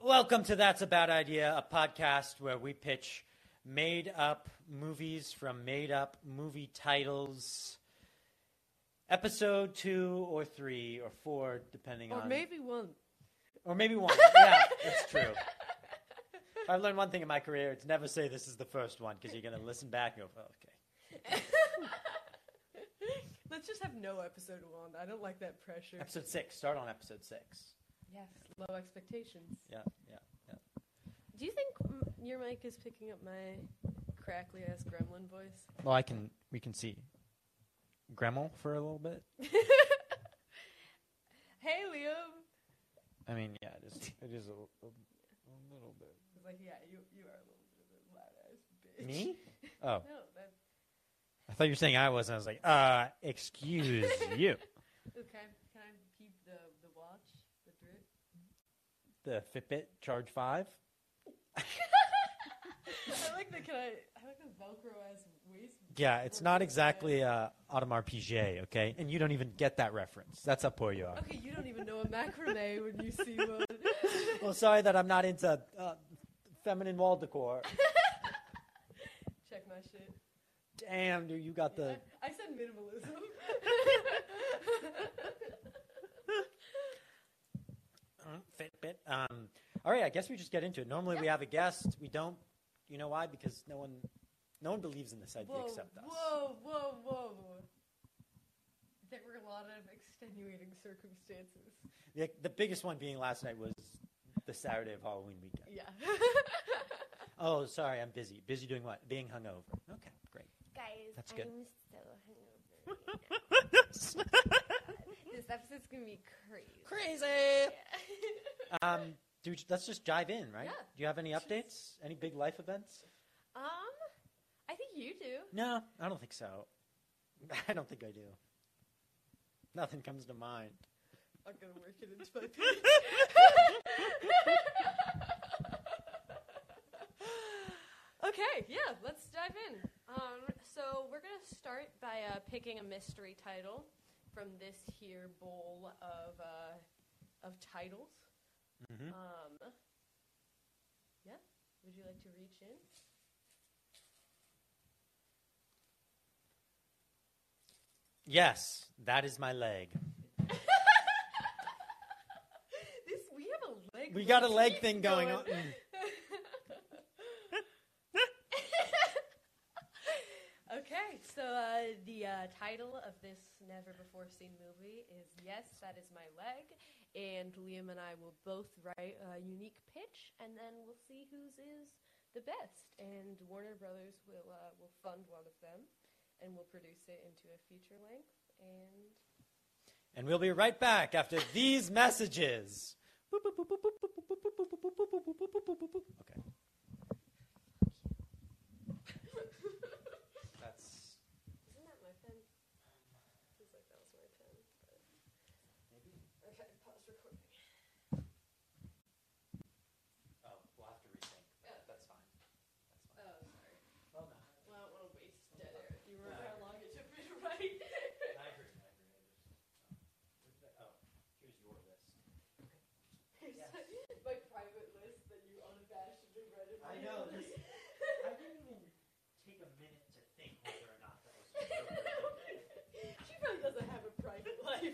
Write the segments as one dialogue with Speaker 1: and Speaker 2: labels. Speaker 1: Welcome to That's a Bad Idea, a podcast where we pitch made up movies from made up movie titles. Episode two or three or four, depending
Speaker 2: Or
Speaker 1: on.
Speaker 2: maybe one.
Speaker 1: Or maybe one. yeah, it's true. If I learned one thing in my career, it's never say this is the first one because you're going to listen back and go, "Oh, okay.
Speaker 2: Let's just have no episode one. I don't like that pressure.
Speaker 1: Episode six, start on episode six.
Speaker 2: Yes, low expectations.
Speaker 1: Yeah, yeah.
Speaker 2: Do you think m- your mic is picking up my crackly ass gremlin voice?
Speaker 1: Well, I can, we can see Gremel for a little bit.
Speaker 2: Hey, Liam.
Speaker 1: I mean, yeah, it is, it is a, little bit.
Speaker 2: It's like, yeah, you, you are a little bit of a loud ass bitch.
Speaker 1: Me? Oh,
Speaker 2: No, that's
Speaker 1: I thought you were saying I was, and I was like, uh, excuse you.
Speaker 2: okay. Can I keep the the watch, the drip?
Speaker 1: The Fitbit Charge 5?
Speaker 2: I like the can I? I like the Velcro ass waist.
Speaker 1: Yeah, it's not exactly uh, Audemars Piguet, okay? And you don't even get that reference. That's how poor you are.
Speaker 2: Okay, you don't even know a macrame when you see one.
Speaker 1: Well, sorry that I'm not into uh, feminine wall decor.
Speaker 2: Check my shit.
Speaker 1: Damn, dude, you got the.
Speaker 2: I, I said minimalism.
Speaker 1: Mm, Fitbit. Um, all right, I guess we just get into it. Normally we have a guest. We don't. You know why? Because no one, no one believes in this idea
Speaker 2: whoa,
Speaker 1: except us.
Speaker 2: whoa, whoa, whoa. There were a lot of extenuating circumstances.
Speaker 1: The, the biggest one being last night was the Saturday of Halloween weekend.
Speaker 2: Yeah.
Speaker 1: Oh, sorry, I'm busy. Busy doing what? Being hungover. Okay, great.
Speaker 3: Guys,
Speaker 1: That's
Speaker 3: I'm
Speaker 1: good.
Speaker 3: so hungover. right now. this episode's gonna be crazy.
Speaker 1: Crazy.
Speaker 3: Yeah.
Speaker 1: Um, dude, let's just dive in, right?
Speaker 2: Yeah.
Speaker 1: Do you have any updates? Any big life events?
Speaker 2: um, I think you do.
Speaker 1: No, I don't think so. I don't think I do. Nothing comes to mind.
Speaker 2: I'm gonna work it into my pants. okay, yeah, let's dive in. Um, so we're gonna start by uh, picking a mystery title from this here bowl of uh, of titles.
Speaker 1: Mhm.
Speaker 2: Um, yeah, would you like to reach in?
Speaker 1: Yes, that is my leg.
Speaker 2: This we have a leg.
Speaker 1: We got a leg thing going on.
Speaker 2: okay, so uh, the uh, title of this never before seen movie is Yes, That Is My Leg. And Liam and I will both write a unique pitch, and then we'll see whose is the best. And Warner Brothers will, uh, will fund one of them, and we'll produce it into a feature length. And
Speaker 1: And we'll be right back after these messages. Okay. That's
Speaker 2: Isn't that my pen? Feels like that was my pen. But... Okay, pause recording.
Speaker 1: oh, we'll have to rethink. That's fine. That's fine.
Speaker 2: Oh, sorry.
Speaker 1: Well, no,
Speaker 2: Oh, Well, I don't want to waste dead air. Do you remember how long it took me to write?
Speaker 1: I agree. I agree. I just, um, oh, here's your list.
Speaker 2: Here's my private list that you unabashedly read. in
Speaker 1: I
Speaker 2: my
Speaker 1: know,
Speaker 2: head.
Speaker 1: this- I didn't even take a minute to think whether or not that was. appropriate.
Speaker 2: she probably doesn't have a private life.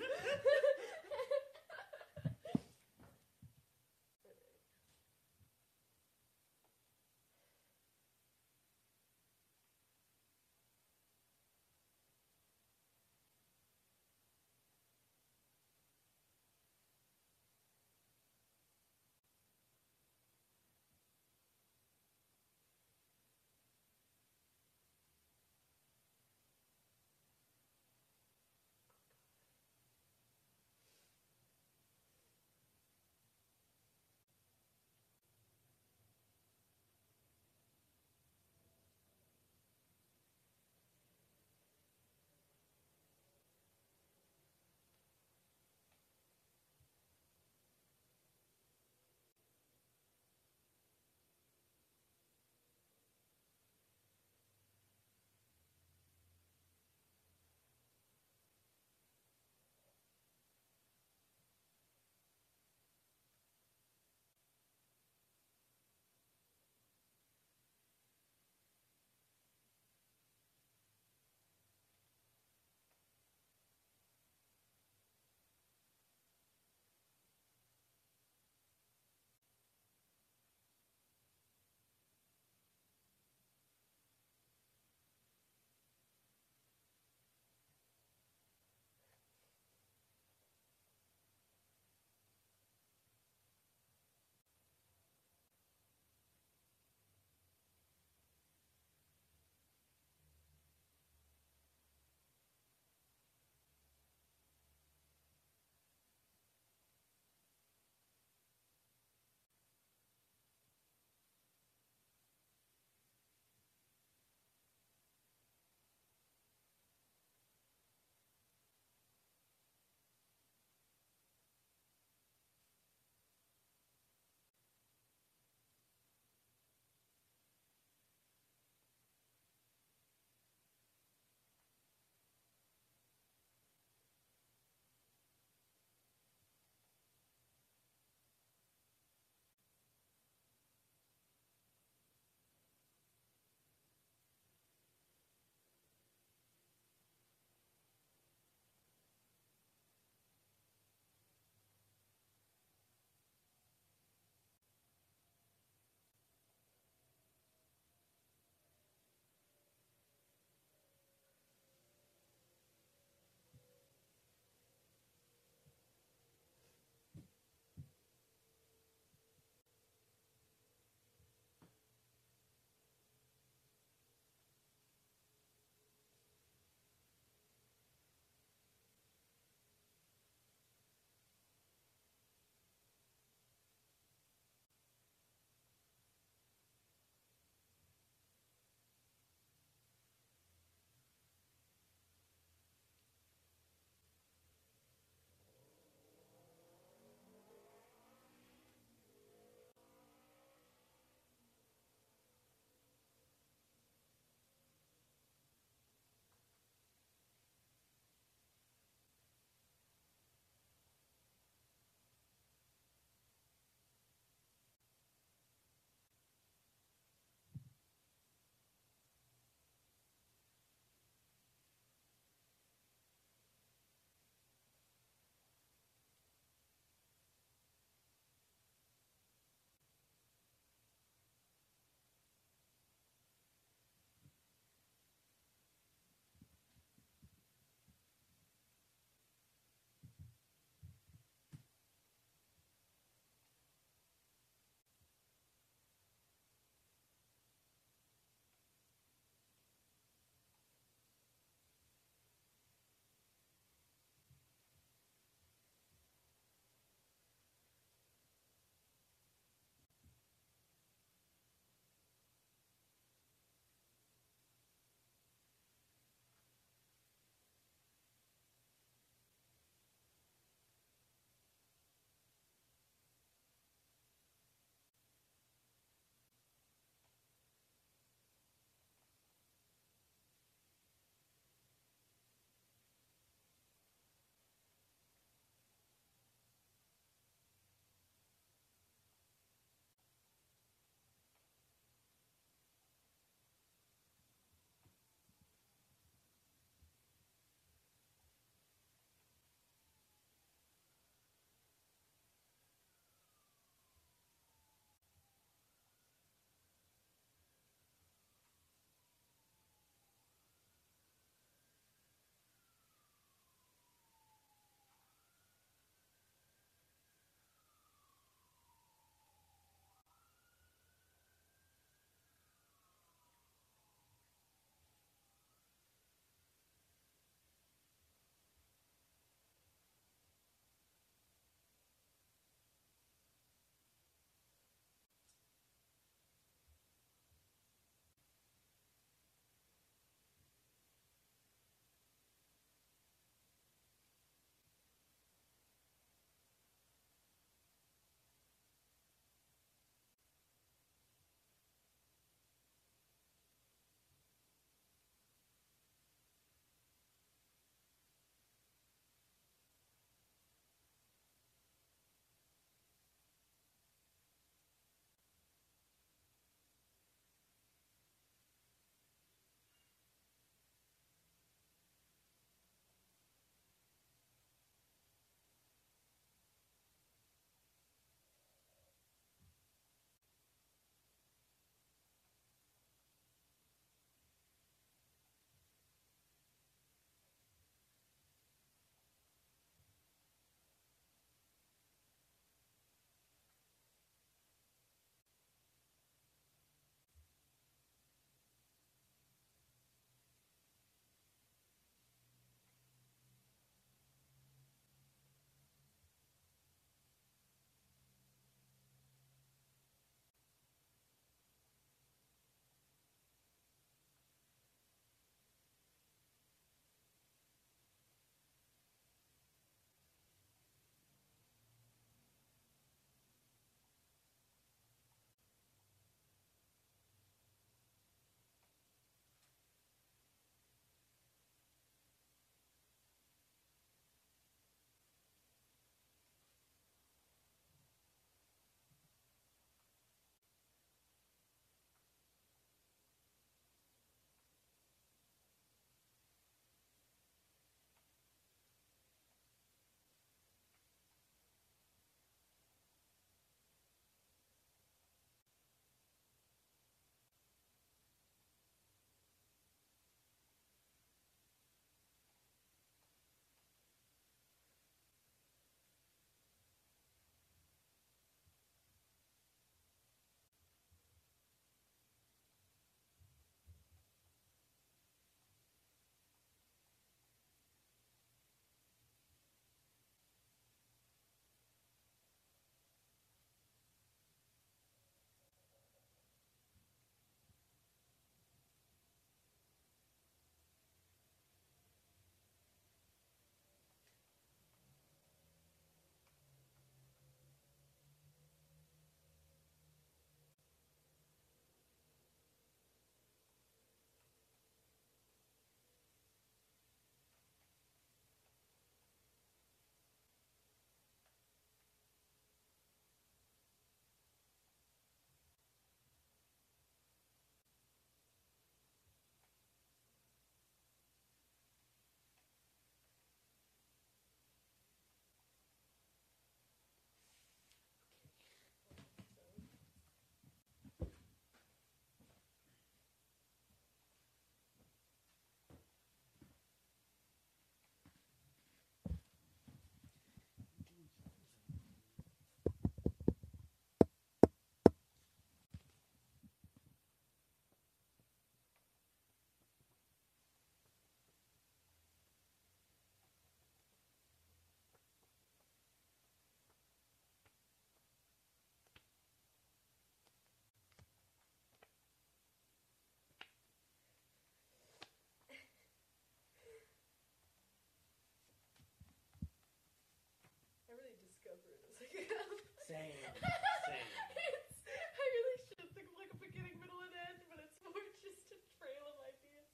Speaker 1: Same. Same.
Speaker 2: It's, I really should think of like a beginning, middle, and end, but it's more just a trail of ideas.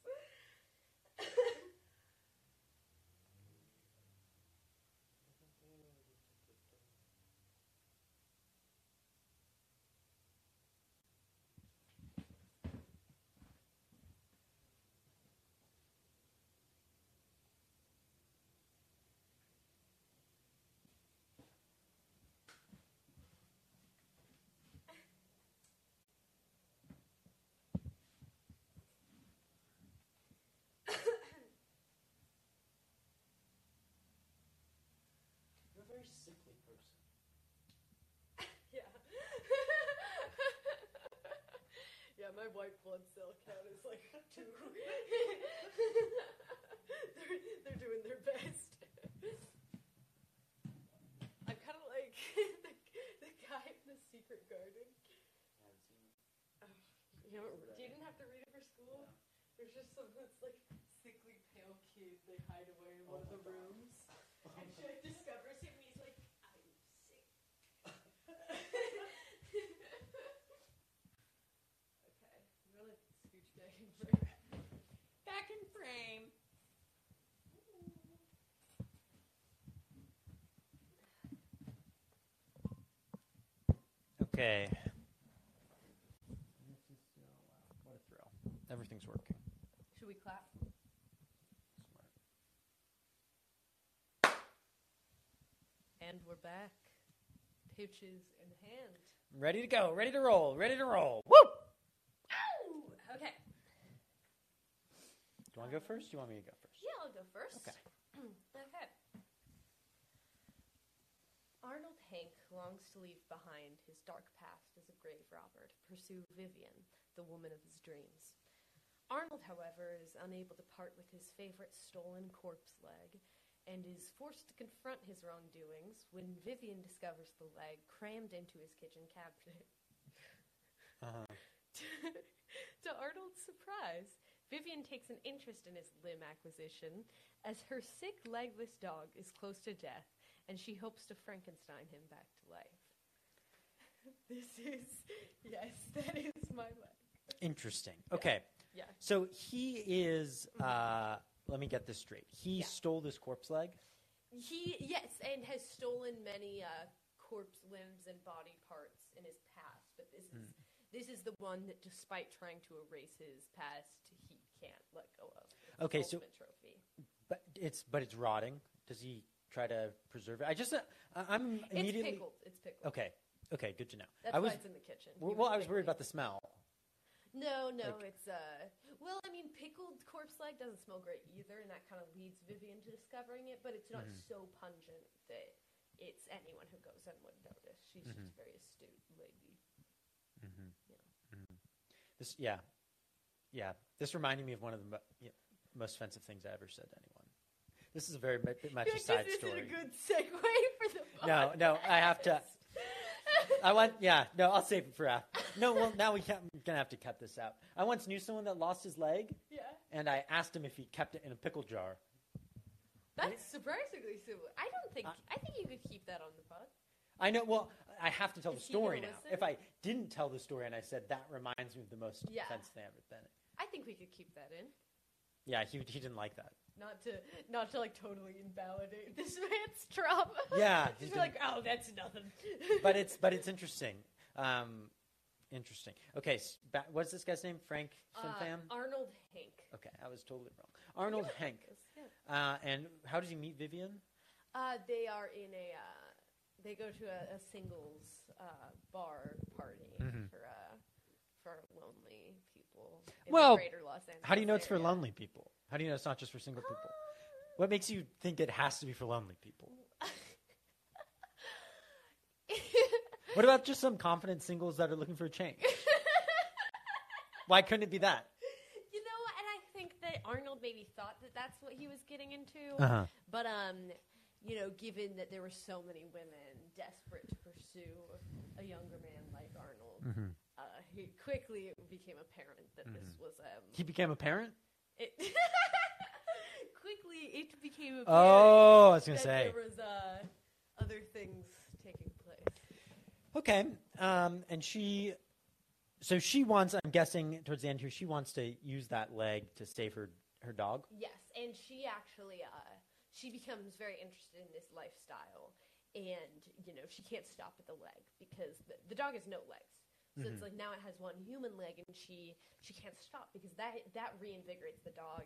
Speaker 1: You're a very sickly person.
Speaker 2: yeah. yeah, my white blood cell count is like two. they're, they're doing their best. I'm kind of like the, the guy in the secret garden.
Speaker 1: I haven't seen it.
Speaker 2: You, haven't read- you didn't have to read it for school? There's just some that's like sickly pale kid. They hide away in one
Speaker 1: Oh my
Speaker 2: of the
Speaker 1: God.
Speaker 2: rooms, and she like, discovers him, and he's like, "I'm sick." okay, I'm gonna scooch back in frame. Back in frame.
Speaker 1: Okay. This is so, wow, what a thrill. Everything's working.
Speaker 2: Should we clap?
Speaker 1: Smart.
Speaker 2: And we're back. Pitches in hand.
Speaker 1: Ready to go. Ready to roll. Ready to roll. Woo! Do
Speaker 2: Ow! Okay.
Speaker 1: you want to go first? Do you want me to go first?
Speaker 2: Yeah, I'll go first.
Speaker 1: Okay.
Speaker 2: okay. Arnold Hank longs to leave behind his dark past as a grave robber to pursue Vivian, the woman of his dreams. Arnold, however, is unable to part with his favorite stolen corpse leg and is forced to confront his wrongdoings when Vivian discovers the leg crammed into his kitchen cabinet.
Speaker 1: Uh-huh.
Speaker 2: to Arnold's surprise, Vivian takes an interest in his limb acquisition as her sick legless dog is close to death and she hopes to Frankenstein him back to life. This is, yes, that is my leg.
Speaker 1: Interesting. Okay.
Speaker 2: Yeah.
Speaker 1: So he is, uh, let me get this straight. He
Speaker 2: Yeah.
Speaker 1: stole this corpse leg.
Speaker 2: He, yes, and has stolen many uh, corpse limbs and body parts in his past, but this is. This is the one that, despite trying to erase his past, he can't let go of. It's his
Speaker 1: Okay, so-
Speaker 2: ultimate trophy.
Speaker 1: But it's but it's rotting. Does he try to preserve it? I just uh, I- I'm immediately
Speaker 2: it's pickled. It's pickled.
Speaker 1: okay. Okay, good to know.
Speaker 2: That's
Speaker 1: I was
Speaker 2: why it's in the kitchen.
Speaker 1: well,
Speaker 2: You
Speaker 1: well,
Speaker 2: would
Speaker 1: I was
Speaker 2: think
Speaker 1: worried
Speaker 2: that-
Speaker 1: about the smell.
Speaker 2: No, no,
Speaker 1: Like-
Speaker 2: it's uh well, I mean pickled corpse leg doesn't smell great either and that kind of leads Vivian to discovering it, but it's not
Speaker 1: Mhm.
Speaker 2: so pungent that it's anyone who goes in would notice. She's just very astute lady.
Speaker 1: Mm-hmm.
Speaker 2: Yeah.
Speaker 1: hmm This yeah, yeah. This reminded me of one of the mo- yeah, most offensive things I ever said to anyone. This is a very mu- bit much a side
Speaker 2: this
Speaker 1: story.
Speaker 2: isn't a good segue for the
Speaker 1: No, no, I have to-
Speaker 2: podcast.
Speaker 1: I want yeah no I'll save it for after. No, well now we can't, we're gonna have to cut this out. I once knew someone that lost his leg,
Speaker 2: yeah.
Speaker 1: and I asked him if he kept it in a pickle jar.
Speaker 2: That's surprisingly similar. I don't
Speaker 1: Uh.
Speaker 2: think I think you could keep that on the pod.
Speaker 1: I know. Well, I have to tell the
Speaker 2: Is he gonna
Speaker 1: story now.
Speaker 2: listen?
Speaker 1: If I didn't tell the story and I said that reminds me of the most
Speaker 2: Yeah.
Speaker 1: offensive thing I ever done.
Speaker 2: I think we could keep that in.
Speaker 1: Yeah, he he didn't like that.
Speaker 2: Not to not to like totally invalidate this man's trauma.
Speaker 1: Yeah, he
Speaker 2: Just be
Speaker 1: didn't-
Speaker 2: like, oh, that's nothing.
Speaker 1: but it's but it's interesting. Um, interesting. Okay, s- ba- what's this guy's name? Frank
Speaker 2: Uh,
Speaker 1: Finfam.
Speaker 2: Arnold Hank.
Speaker 1: okay, I was totally wrong. Arnold
Speaker 2: Yeah.
Speaker 1: Hank. Uh, and how does he meet Vivian?
Speaker 2: Uh, they are in a. Uh, they go to a, a singles uh, bar party
Speaker 1: Mhm.
Speaker 2: for uh, for lonely people. In
Speaker 1: Well,
Speaker 2: the greater Los Angeles
Speaker 1: How do you know it's for
Speaker 2: area.
Speaker 1: lonely people? How do you know it's not just for single people? What makes you think it has to be for lonely people? What about just some confident singles that are looking for a change? Why couldn't it be that?
Speaker 2: you know, and I think that Arnold maybe thought that that's what he was getting into.
Speaker 1: Uh-huh.
Speaker 2: But um, you know, given that there were so many women desperate to pursue a younger man like Arnold,
Speaker 1: Mhm.
Speaker 2: uh, he quickly it became apparent that this was um.
Speaker 1: Mm-hmm. He became a parent.
Speaker 2: It quickly it became apparent
Speaker 1: Oh, I was gonna
Speaker 2: that
Speaker 1: say.
Speaker 2: there was uh, other things taking place.
Speaker 1: Okay. Um, and she, so she wants. I'm guessing towards the end here, she wants to use that leg to save her her dog.
Speaker 2: Yes, and she actually uh, she becomes very interested in this lifestyle, and you know she can't stop at the leg because the, the dog has no legs. So it's like now it has one human leg, and she she can't stop because that that reinvigorates the dog.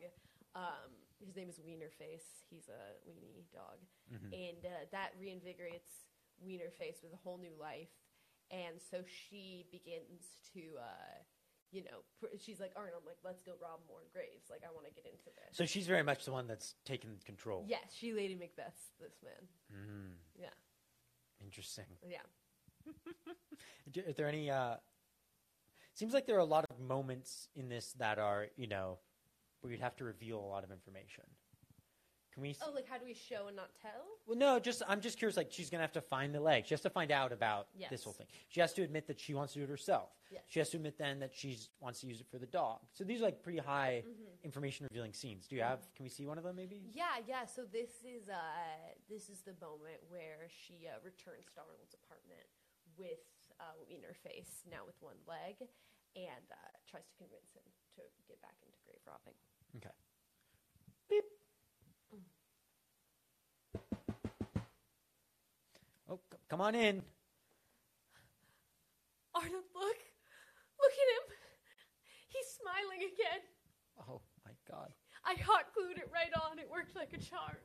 Speaker 2: Um, his name is Wienerface. He's a weenie dog,
Speaker 1: Mhm.
Speaker 2: and uh, that reinvigorates Wienerface with a whole new life. And so she begins to, uh, you know, pr- she's like Arnold, like let's go rob more graves. Like I want to get into this.
Speaker 1: So she's very much the one that's taken control.
Speaker 2: Yes, she Lady Macbeth's this man.
Speaker 1: Mm,
Speaker 2: Yeah,
Speaker 1: interesting.
Speaker 2: yeah.
Speaker 1: D- Are there any? Uh, seems like there are a lot of moments in this that are you know where you'd have to reveal a lot of information. Can we? s-
Speaker 2: Oh, like how do we show and not tell?
Speaker 1: Well, no. Just I'm just curious. Like she's gonna have to find the leg. She has to find out about this
Speaker 2: Yes.
Speaker 1: whole thing. She has to admit that she wants to do it herself.
Speaker 2: Yes.
Speaker 1: She has to admit then that she wants to use it for the dog. So these are like pretty high
Speaker 2: Mhm.
Speaker 1: information revealing scenes. Do you have? Can we see one of them maybe?
Speaker 2: Yeah, yeah. So this is uh, this is the moment where she uh, returns to Arnold's apartment with uh, Wiener face now with one leg, and uh, tries to convince him to get back into grave robbing.
Speaker 1: Oh, c- come on in.
Speaker 2: Arnold, look, look at him. He's smiling again.
Speaker 1: Oh my God.
Speaker 2: I hot glued it right on. It worked like a charm.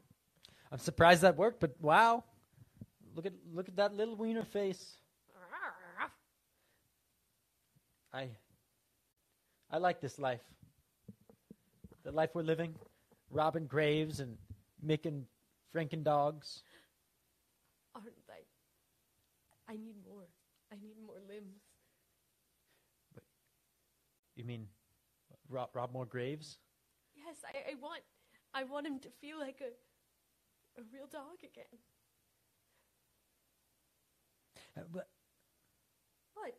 Speaker 1: I'm surprised that worked, but wow. Look at look at that little wiener face. I I like this life. The life we're living, robbing graves and making franken dogs.
Speaker 2: Arnold, I, I need more. I need more limbs.
Speaker 1: You mean rob, rob more graves?
Speaker 2: Yes, I, I want I want him to feel like a a real dog again.
Speaker 1: Uh, but
Speaker 2: What?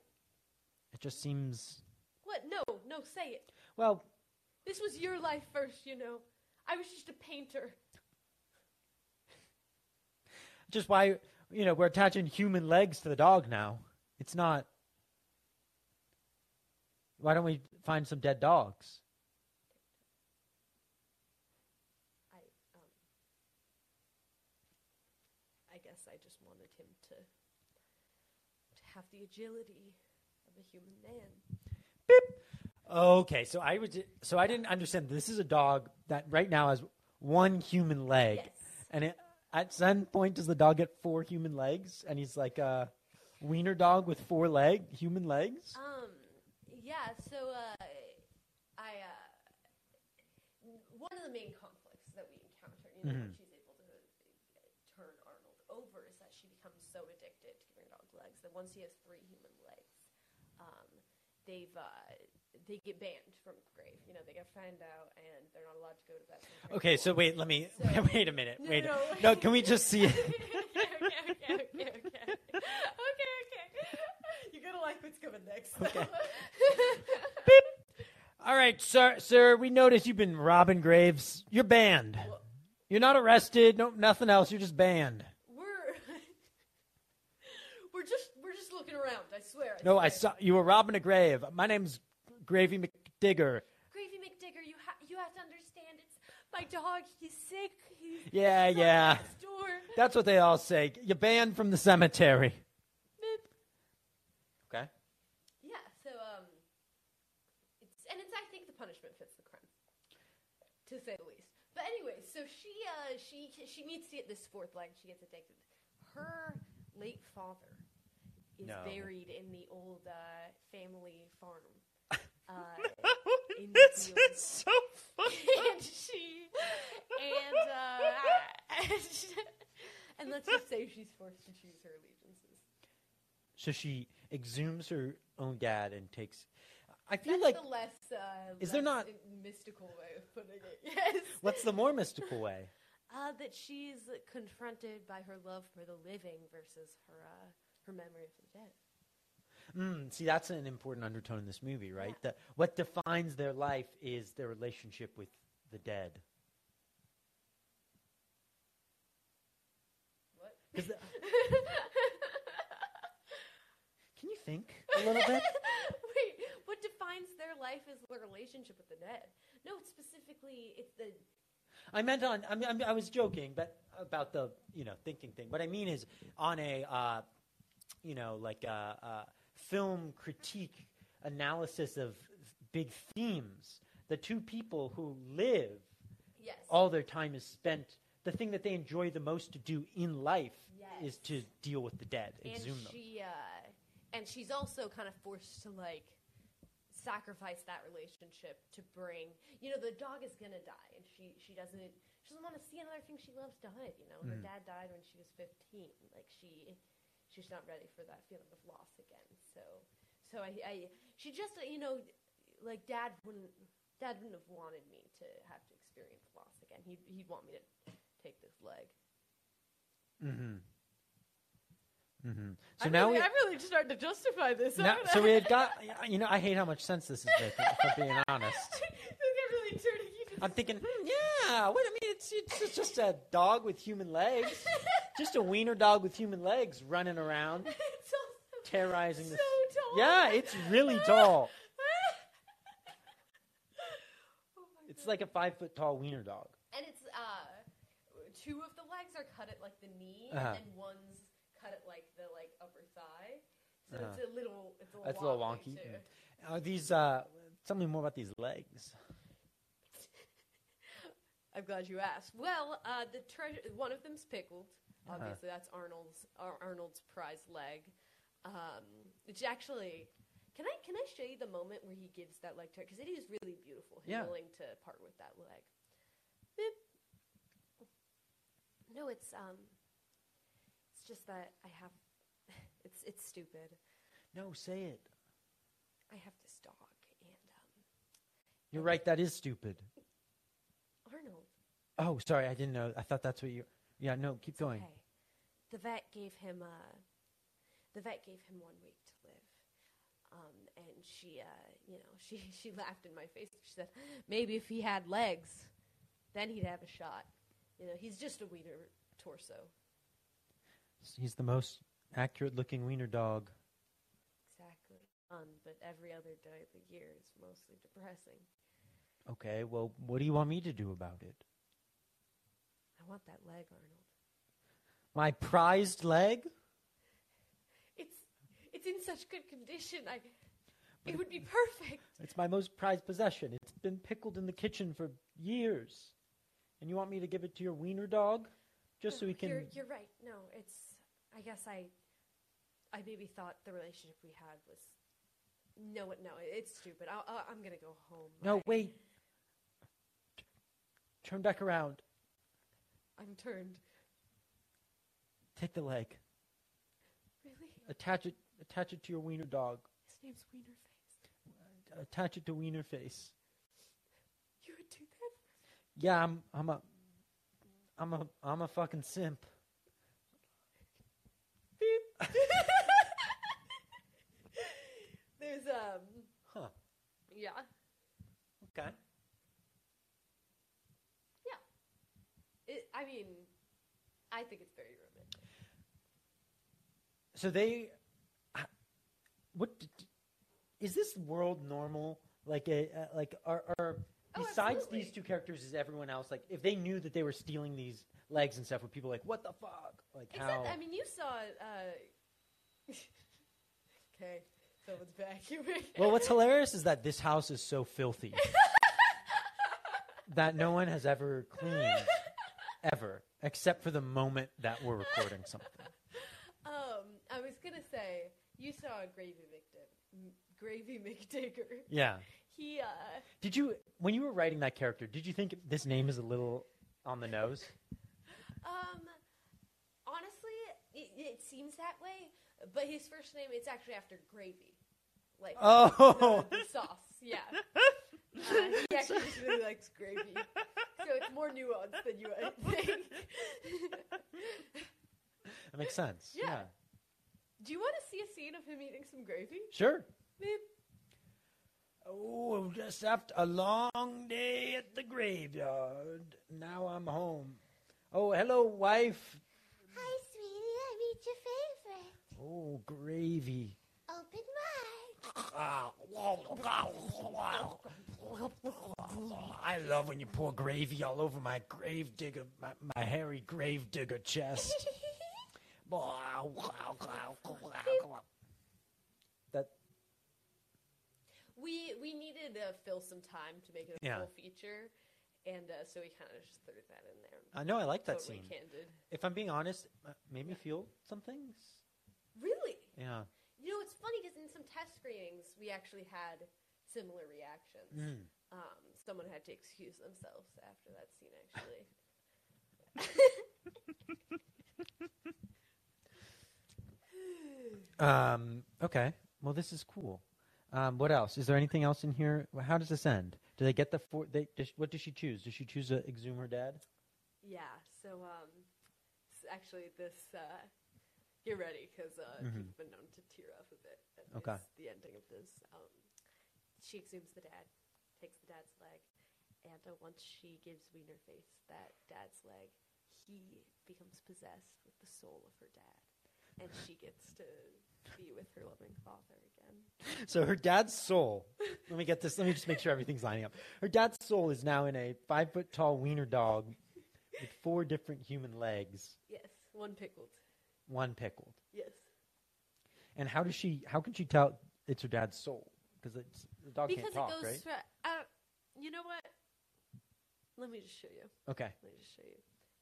Speaker 1: It just seems
Speaker 2: What? No, no, say it.
Speaker 1: well.
Speaker 2: This was your life first, you know. I was just a painter.
Speaker 1: Just why you know we're attaching human legs to the dog now. It's not. Why don't we find some dead dogs?
Speaker 2: I um I guess I just wanted him to to have the agility of a human man.
Speaker 1: Okay, so I would. So I didn't understand. This is a dog that right now has one human leg,
Speaker 2: Yes.
Speaker 1: and it, at some point does the dog get four human legs? And he's like a wiener dog with four leg human legs.
Speaker 2: Um. Yeah. So, uh, I uh, one of the main conflicts that we encounter, you know,
Speaker 1: Mm-hmm.
Speaker 2: when she's able to uh, turn Arnold over, is that she becomes so addicted to giving dog legs that once he has three human legs, um, they've uh, they get banned from the grave. You know, they get found out, and they're not allowed to go to that. cemetery
Speaker 1: Okay, so
Speaker 2: anymore.
Speaker 1: wait. Let me
Speaker 2: So-
Speaker 1: wait a minute. Wait.
Speaker 2: No, no,
Speaker 1: No, can we just see it?
Speaker 2: okay, okay, okay, okay, okay, okay, okay. You gotta like what's coming next.
Speaker 1: Okay.
Speaker 2: though.
Speaker 1: All right, sir. Sir, we noticed you've been robbing graves. You're banned.
Speaker 2: Wha-
Speaker 1: You're not arrested. No, nothing else. You're just banned.
Speaker 2: We're we're just we're just looking around. I swear.
Speaker 1: No, I saw
Speaker 2: swear.
Speaker 1: you were robbing a grave. My name's Gravy McDigger.
Speaker 2: Gravy McDigger, you ha- you have to understand. It's my dog. He's sick. He's
Speaker 1: Yeah,
Speaker 2: he's on
Speaker 1: yeah.
Speaker 2: death's Door.
Speaker 1: That's what they all say. You're banned from the cemetery.
Speaker 2: Boop.
Speaker 1: Okay.
Speaker 2: Yeah. So um, it's and it's I think the punishment fits the crime, to say the least. But anyway, so she uh she she needs to get this fourth leg. She gets addicted. Her late father is
Speaker 1: No.
Speaker 2: buried in the old uh, family farm. Uh, In
Speaker 4: this
Speaker 2: the field.
Speaker 4: is so funny.
Speaker 2: and she and uh, and let's just say she's forced to choose her allegiances.
Speaker 1: So she exhumes her own dad and takes. I feel
Speaker 2: That's
Speaker 1: like
Speaker 2: the less uh,
Speaker 1: Is there not-
Speaker 2: less mystical way of putting it? Yes.
Speaker 1: what's the more mystical way?
Speaker 2: Uh, that she's confronted by her love for the living versus her uh, her memory of the dead.
Speaker 1: Mm, see, that's an important undertone in this movie, right?
Speaker 2: Yeah.
Speaker 1: That what defines their life is their relationship with the dead.
Speaker 2: What?
Speaker 1: Is that- think a little bit?
Speaker 2: Wait, what defines their life is their relationship with the dead? No, it's specifically it's the
Speaker 1: I meant on. I'm, I'm, I was joking, but about the you know thinking thing. What I mean is on a uh, you know like a, a film critique analysis of big themes. The two people who live
Speaker 2: yes.
Speaker 1: all their time is spent. The thing that they enjoy the most to do in life
Speaker 2: Yes.
Speaker 1: is to deal with the dead,
Speaker 2: and
Speaker 1: exhume them.
Speaker 2: she uh, and she's also kind of forced to like sacrifice that relationship to bring you know the dog is gonna die and she she doesn't she doesn't want to see another thing she loves die you know her
Speaker 1: Mm.
Speaker 2: dad died when she was 15 like she she's not ready for that feeling of loss again so so i, I she just uh, you know like dad wouldn't dad wouldn't have wanted me to have to experience loss again he'd, he'd want me to take this leg
Speaker 1: Mm-hmm. Mm-hmm. So
Speaker 2: I'm
Speaker 1: now
Speaker 2: really,
Speaker 1: we.
Speaker 2: I'm really starting to justify this
Speaker 1: now,
Speaker 2: aren't
Speaker 1: so we
Speaker 2: I?
Speaker 1: had got, you know, I hate how much sense this is making, if I'm being honest. I'm thinking, hmm, yeah, what, I mean, it's, it's, it's just a dog with human legs. Just a wiener dog with human legs running around,
Speaker 2: it's also
Speaker 1: terrorizing
Speaker 2: so
Speaker 1: this.
Speaker 2: tall.
Speaker 1: Yeah, it's really tall.
Speaker 2: Oh my
Speaker 1: It's
Speaker 2: God.
Speaker 1: like a five foot tall wiener dog.
Speaker 2: and it's uh, two of the legs are cut at like the knee,
Speaker 1: Uh-huh.
Speaker 2: and then one's cut at like the like upper thigh. So
Speaker 1: Uh-huh.
Speaker 2: it's a little, it's a little,
Speaker 1: That's a little
Speaker 2: wobbly,
Speaker 1: wonky. Mm.
Speaker 2: too.
Speaker 1: Are these, uh, tell me more about these legs.
Speaker 2: I'm glad you asked. Well, uh, the treasure. One of them's pickled.
Speaker 1: Uh-huh.
Speaker 2: Obviously, that's Arnold's Ar- Arnold's prize leg. Um, it's actually. Can I can I show you the moment where he gives that leg to? Because it is really beautiful. Him
Speaker 1: Yeah.
Speaker 2: willing to part with that leg. Boop. No, it's um. It's just that I have. It's it's stupid.
Speaker 1: No, say it.
Speaker 2: I have this dog and um,
Speaker 1: You're right, that is stupid.
Speaker 2: Arnold.
Speaker 1: Oh, sorry, I didn't know. I thought that's what you, yeah, no, keep
Speaker 2: It's
Speaker 1: going.
Speaker 2: okay. The vet gave him uh, the vet gave him one week to live, um, and she, uh, you know, she she laughed in my face. She said, "Maybe if he had legs, then he'd have a shot." You know, he's just a wiener torso.
Speaker 1: He's the most accurate looking wiener dog.
Speaker 2: Exactly. Fun, Um, but every other day of the year is mostly depressing.
Speaker 1: Okay, well, what do you want me to do about it?
Speaker 2: I want that leg, Arnold.
Speaker 1: My prized leg?
Speaker 2: It's it's in such good condition. I it would be perfect.
Speaker 1: It's my most prized possession. It's been pickled in the kitchen for years. And you want me to give it to your wiener dog? Just so
Speaker 2: No,
Speaker 1: he can.
Speaker 2: You're, you're right. No, it's. I guess I, I maybe thought the relationship we had was. No, it- no, it's stupid. I, I, I'm gonna go home.
Speaker 1: No,
Speaker 2: I-
Speaker 1: wait. Turn back around.
Speaker 2: I'm turned.
Speaker 1: Take the leg.
Speaker 2: Really?
Speaker 1: Attach it. Attach it to your wiener dog.
Speaker 2: His name's Wienerface.
Speaker 1: Attach it to wiener face.
Speaker 2: You would do that?
Speaker 1: Yeah, I'm. I'm a. I'm a. I'm a fucking simp. Beep.
Speaker 2: There's um.
Speaker 1: huh.
Speaker 2: Yeah.
Speaker 1: Okay.
Speaker 2: It, I mean, I think it's very romantic.
Speaker 1: So they, I- what d- d- is this world normal? Like a uh, like are are
Speaker 2: Oh,
Speaker 1: besides
Speaker 2: absolutely.
Speaker 1: these two characters is everyone else like if they knew that they were stealing these legs and stuff, would people like what the fuck? Like how?
Speaker 2: Except, I mean, you saw. uh... Okay, someone's vacuuming.
Speaker 1: well, what's hilarious is that this house is so filthy that no one has ever cleaned ever, except for the moment that we're recording something.
Speaker 2: Um, I was gonna say you saw Gravy McDick, M- Gravy McDigger.
Speaker 1: Yeah.
Speaker 2: He uh,
Speaker 1: Did you when you were writing that character? Did you think this name is a little on the nose?
Speaker 2: um, honestly, it, it seems that way, but his first name it's actually after Gravy, like
Speaker 1: Oh.
Speaker 2: the, the sauce. Yeah, uh, he actually just really likes gravy, so it's more nuanced than you would think.
Speaker 1: That makes sense.
Speaker 2: Yeah. Do you want to see a scene of him eating some gravy?
Speaker 1: Sure.
Speaker 2: Beep.
Speaker 1: Oh, just after a long day at the graveyard. Now I'm home. Oh, hello, wife.
Speaker 4: Hi, sweetie. I made your favorite.
Speaker 1: Oh, gravy.
Speaker 4: Open
Speaker 1: I love when you pour gravy all over my grave digger, my, my hairy grave digger chest. that
Speaker 2: We we needed to fill some time to make it a
Speaker 1: Yeah.
Speaker 2: full feature, and uh, so we kind of just threw that in there.
Speaker 1: I know I like that
Speaker 2: totally
Speaker 1: scene.
Speaker 2: candid.
Speaker 1: If I'm being honest, uh, made me feel some things.
Speaker 2: Really,
Speaker 1: Yeah.
Speaker 2: you know, it's funny because in some test screenings we actually had similar reactions.
Speaker 1: Mm.
Speaker 2: Um, someone had to excuse themselves after that scene, actually.
Speaker 1: Um, okay. Well, this is cool. Um, what else? Is there anything else in here? Wh- How does this end? Do they get the four? They does, what does she choose? Does she choose to exhume her dad?
Speaker 2: Yeah. So, um, s- actually, this uh, get ready because uh,
Speaker 1: Mhm.
Speaker 2: people have been known to tear up a bit. At
Speaker 1: Okay.
Speaker 2: this- the ending of this. Um, she exhumes the dad, takes the dad's leg, and uh, once she gives Wiener face that dad's leg, he becomes possessed with the soul of her dad, and she gets to be with her loving father again.
Speaker 1: So her dad's soul. Let me get this. Let me just make sure everything's lining up. Her dad's soul is now in a five foot tall wiener dog with four different human legs,
Speaker 2: Yes, one pickled.
Speaker 1: one pickled.
Speaker 2: Yes.
Speaker 1: And how does she? How can she tell it's her dad's soul? Because it's the dog
Speaker 2: because
Speaker 1: can't talk,
Speaker 2: it goes
Speaker 1: right?
Speaker 2: fra- uh, you know what? Let me just show you.
Speaker 1: Okay.
Speaker 2: Let me just show you.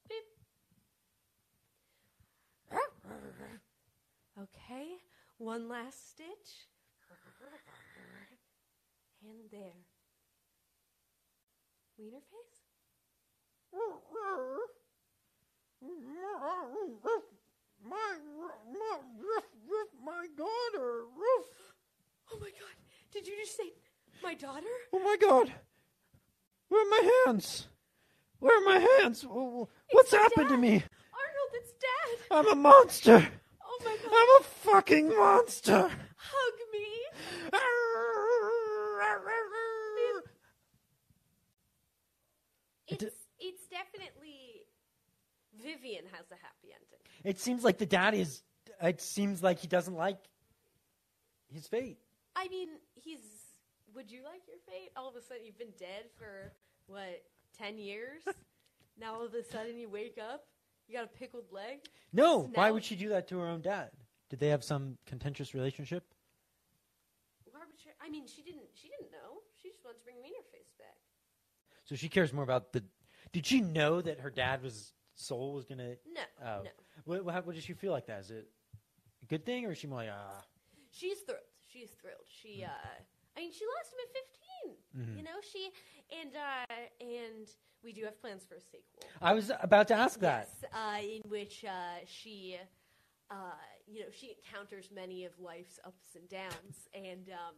Speaker 2: Beep. Okay, one last stitch. And there. Wiener face?
Speaker 1: My, my, my daughter, Roof.
Speaker 2: Oh my god, did you just say my daughter?
Speaker 1: Oh my God! Where are my hands? Where are my hands? Wh- wh- What's
Speaker 2: It's your
Speaker 1: happened to
Speaker 2: dad.
Speaker 1: me?
Speaker 2: Arnold, it's dad!
Speaker 1: I'm a monster.
Speaker 2: Oh my god,
Speaker 1: I'm a fucking monster.
Speaker 2: hug me!
Speaker 1: It-
Speaker 2: It's, it's definitely. Vivian has a happy ending.
Speaker 1: It seems like the dad is. It seems like he doesn't like his fate.
Speaker 2: I mean, he's. Would you like your fate? All of a sudden, you've been dead for what ten years. now all of a sudden, you wake up. You got a pickled leg.
Speaker 1: No, why
Speaker 2: Snout.
Speaker 1: would she do that to her own dad? Did they have some contentious relationship?
Speaker 2: Arbitrary. I mean, she didn't. She didn't know. She just wanted to bring Wiener face back.
Speaker 1: So she cares more about the. Did she know that her dad was soul was gonna?
Speaker 2: No,
Speaker 1: Oh.
Speaker 2: no.
Speaker 1: What, what, what does she feel like that? Is it a good thing or is she more like ah?
Speaker 2: She's thrilled. She's thrilled. She. uh I mean, she lost him at 15
Speaker 1: Mhm.
Speaker 2: You know, she and uh and we do have plans for a sequel.
Speaker 1: I was about to ask that.
Speaker 2: Yes, uh, in which uh, she, uh, you know, she encounters many of life's ups and downs, and um,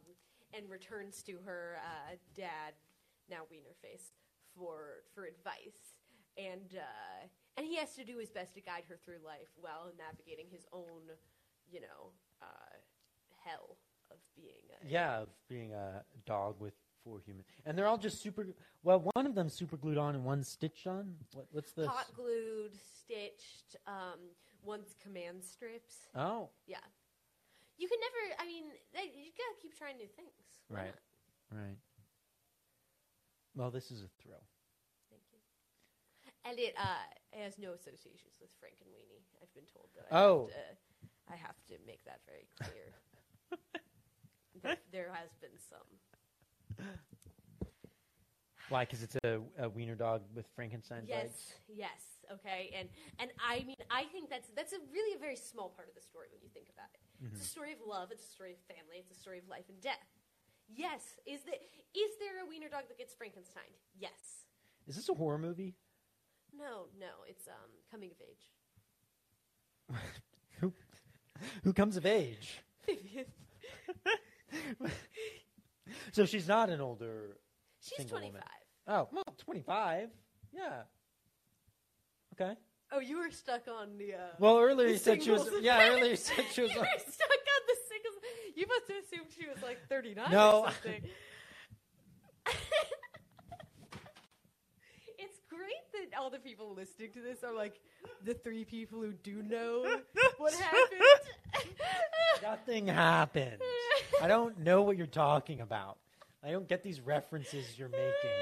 Speaker 2: and returns to her uh, dad, now Wienerface, for for advice, and uh, and he has to do his best to guide her through life while navigating his own, you know, uh, hell of being. A,
Speaker 1: Yeah, of being a dog with four humans, and they're all just super. Well, one of them's super glued on and one's stitched on. What, what's this?
Speaker 2: Hot glued, stitched, um, one's command strips.
Speaker 1: Oh,
Speaker 2: Yeah. You can never. I mean, they- you gotta keep trying new things. Why
Speaker 1: Right.
Speaker 2: not?
Speaker 1: right. Well, this is a thrill.
Speaker 2: Thank you. And it, uh, it has no associations with Frank and Weenie. I've been told that. I
Speaker 1: Oh.
Speaker 2: Have to, I have to make that very clear. That there has been some.
Speaker 1: Why? Because it's a, a wiener dog with Frankenstein's
Speaker 2: yes.
Speaker 1: legs.
Speaker 2: Yes. Okay. And and I mean, I think that's that's a really a very small part of the story when you think about it.
Speaker 1: Mm-hmm. Hmm.
Speaker 2: It's a story of love. It's a story of family. It's a story of life and death. Yes. Is the is there a wiener dog that gets Frankenstein? Yes.
Speaker 1: Is this a horror movie?
Speaker 2: No, no, it's um coming of age.
Speaker 1: Who, who comes of age?
Speaker 2: Vivian.
Speaker 1: So she's not an older.
Speaker 2: She's
Speaker 1: Single
Speaker 2: twenty
Speaker 1: woman.
Speaker 2: five.
Speaker 1: Oh, well, 25. Yeah. Okay.
Speaker 2: Oh, you were stuck on the uh
Speaker 1: Well, earlier
Speaker 2: the
Speaker 1: you said she was.
Speaker 2: singles.
Speaker 1: Yeah, earlier you said she was.
Speaker 2: You were stuck on the singles. You must have assumed she was like thirty nine
Speaker 1: No.
Speaker 2: or something. it's great that all the people listening to this are like the three people who do know what happened.
Speaker 1: Nothing happened. I don't know what you're talking about. I don't get these references you're making.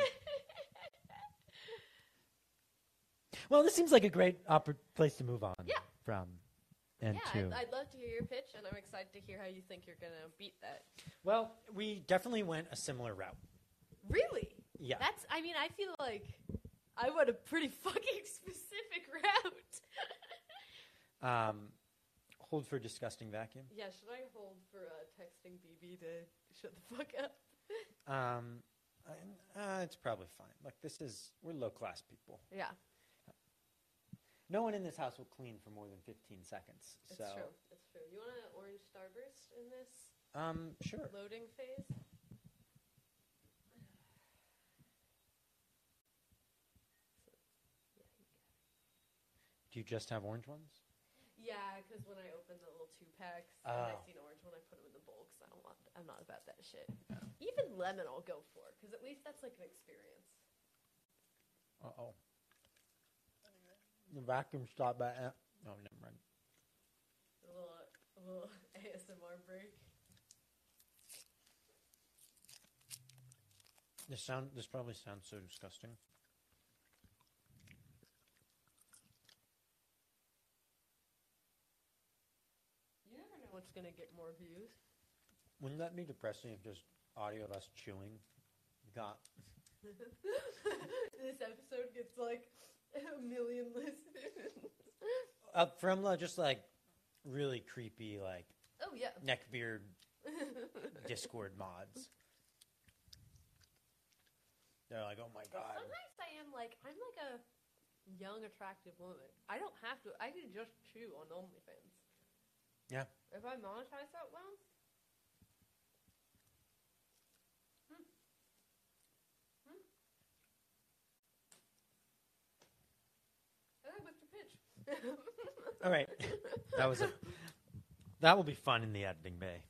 Speaker 1: Well, this seems like a great oppor- place to move on
Speaker 2: Yeah.
Speaker 1: from and
Speaker 2: yeah,
Speaker 1: to.
Speaker 2: I'd, I'd love to hear your pitch, and I'm excited to hear how you think you're gonna beat that.
Speaker 1: well, we definitely went a similar route.
Speaker 2: Really?
Speaker 1: Yeah.
Speaker 2: That's. I mean, I feel like I went a pretty fucking specific route.
Speaker 1: Um, hold for disgusting vacuum.
Speaker 2: yeah. Should I hold for uh, texting BB to shut the fuck up?
Speaker 1: Um, I- uh, it's probably fine. Look, this is we're low class people.
Speaker 2: Yeah,
Speaker 1: No one in this house will clean for more than 15 seconds.
Speaker 2: it's
Speaker 1: so,
Speaker 2: true. It's true. You want an orange starburst in this
Speaker 1: um, sure.
Speaker 2: loading phase?
Speaker 1: Do you just have orange ones?
Speaker 2: Yeah, because when I open the little two packs, and I
Speaker 1: Oh.
Speaker 2: see an orange one, I put them in the bowl because I don't want. I'm not about that shit. Even lemon, I'll go for because at least that's like an experience.
Speaker 1: Uh oh. The vacuum stopped by. Uh, oh, never mind.
Speaker 2: A little, a little ASMR break.
Speaker 1: This sound. This probably sounds so disgusting.
Speaker 2: You never know what's gonna get more views.
Speaker 1: Wouldn't that be depressing if just audio of us chewing got?
Speaker 2: this episode gets like a million listens.
Speaker 1: Up from uh, just like really creepy like
Speaker 2: Oh yeah.
Speaker 1: neckbeard Discord mods. They're like, oh my god.
Speaker 2: Sometimes I am like I'm like a young attractive woman. I don't have to. I can just chew on OnlyFans.
Speaker 1: Yeah.
Speaker 2: If I monetize that well. Hmm. Hmm. And I whipped a pitch.
Speaker 1: All right, that was a, that will be fun in the editing bay.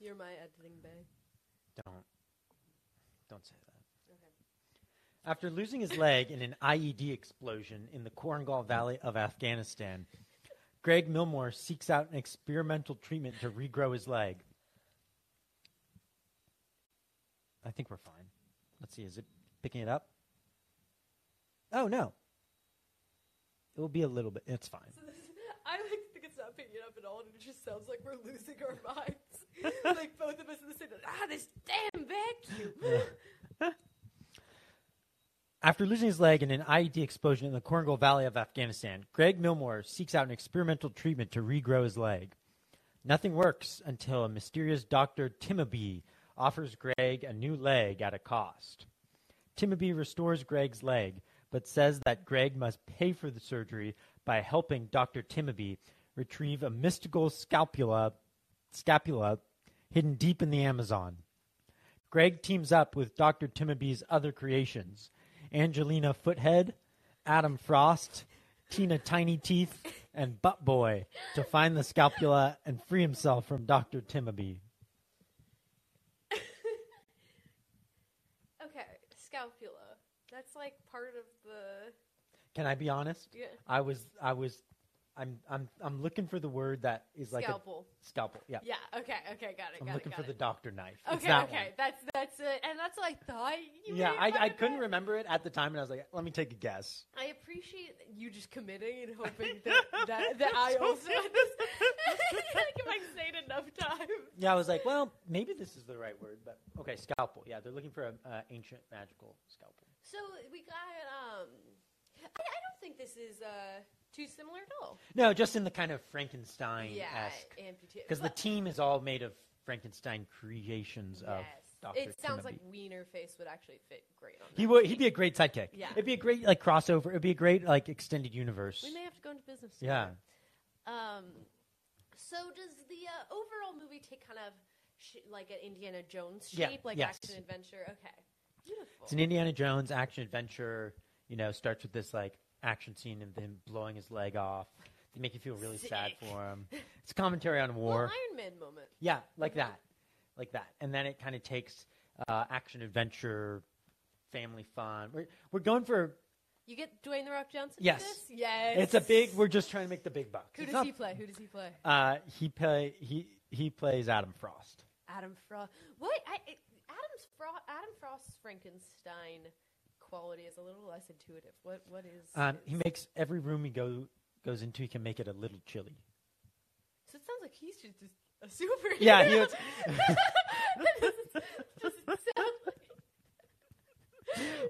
Speaker 2: You're my editing bay.
Speaker 1: Don't don't say that.
Speaker 2: Okay.
Speaker 1: After losing his leg in an IED explosion in the Korangal Valley of Afghanistan, Greg Milmore seeks out an experimental treatment to regrow his leg. I think we're fine. Let's see, is it picking it up? Oh no. It will be a little bit. It's fine.
Speaker 2: So this, I like think it's not picking it up at all, and it just sounds like we're losing our minds. like both of us in the same. Ah, this damn vacuum.
Speaker 1: After losing his leg in an IED explosion in the Korangal Valley of Afghanistan, Greg Milmore seeks out an experimental treatment to regrow his leg. Nothing works until a mysterious Dr. Timothy offers Greg a new leg at a cost. Timothy restores Greg's leg, but says that Greg must pay for the surgery by helping Dr. Timothy retrieve a mystical scapula, scapula hidden deep in the Amazon. Greg teams up with Dr. Timothy's other creations Angelina Foothead, Adam Frost, Tina Tiny Teeth, and Butt Boy to find the scapula and free himself from Dr. Timothy.
Speaker 2: okay, scalpula. That's like part of the.
Speaker 1: Can I be honest?
Speaker 2: Yeah.
Speaker 1: I was, I was, I'm, I'm, I'm looking for the word that is like
Speaker 2: Scalpel.
Speaker 1: a scalpel. Yeah.
Speaker 2: Yeah. Okay. Okay. Got it.
Speaker 1: I'm
Speaker 2: got
Speaker 1: looking
Speaker 2: it.
Speaker 1: for
Speaker 2: Got
Speaker 1: the
Speaker 2: it.
Speaker 1: doctor knife. It's
Speaker 2: Okay.
Speaker 1: that
Speaker 2: okay. That's that's it. And that's what I thought. You
Speaker 1: One. Yeah,
Speaker 2: meant
Speaker 1: I,
Speaker 2: by
Speaker 1: I
Speaker 2: that.
Speaker 1: couldn't remember it at the time, and I was like, let me take a guess.
Speaker 2: I appreciate you just committing and hoping that that, that I
Speaker 1: So
Speaker 2: also had this. like if I say it enough times.
Speaker 1: Yeah, I was like, well, maybe this is the right word, but okay, scalpel. Yeah, they're looking for an uh, ancient magical scalpel.
Speaker 2: So we got um. I, I don't think this is uh too similar at all.
Speaker 1: No, just in the kind of Frankenstein
Speaker 2: yeah,
Speaker 1: esque.
Speaker 2: amputate.
Speaker 1: Because the
Speaker 2: but-
Speaker 1: team is all made of Frankenstein creations of
Speaker 2: yes,
Speaker 1: Dr.
Speaker 2: it sounds
Speaker 1: Timothy.
Speaker 2: like Wiener face would actually fit great on.
Speaker 1: He
Speaker 2: that
Speaker 1: would.
Speaker 2: machine.
Speaker 1: He'd be a great sidekick.
Speaker 2: Yeah.
Speaker 1: It'd be a great like crossover. It'd be a great like extended universe.
Speaker 2: We may have to go into business.
Speaker 1: yeah.
Speaker 2: Um, so does the uh, overall movie take kind of sh- like an Indiana Jones shape,
Speaker 1: Yeah,
Speaker 2: like
Speaker 1: yes.
Speaker 2: action adventure? Okay, beautiful.
Speaker 1: It's an Indiana Jones action adventure. You know, starts with this like action scene of him blowing his leg off. They make you feel really sad
Speaker 2: Sick.
Speaker 1: for him. It's commentary on
Speaker 2: Little
Speaker 1: war.
Speaker 2: Iron Man moment.
Speaker 1: Yeah, like that, like that, and then it kind of takes uh, action adventure, family fun. We're we're going for
Speaker 2: You get Dwayne the Rock Johnson.
Speaker 1: Yes.
Speaker 2: for this? yes.
Speaker 1: it's a big. We're just trying to make the big bucks.
Speaker 2: Who
Speaker 1: It's
Speaker 2: does
Speaker 1: not-
Speaker 2: he play? Who does he play?
Speaker 1: Uh, he play he he plays Adam Frost.
Speaker 2: Adam Frost. What? I, it, Adam's Fro- Adam Frost's Frankenstein quality is a little less intuitive. What what is?
Speaker 1: Um,
Speaker 2: his-
Speaker 1: he makes every room he go, goes into, he can make it a little chilly.
Speaker 2: so it sounds like he's just a superhero.
Speaker 1: Yeah, he was-
Speaker 2: Does it sound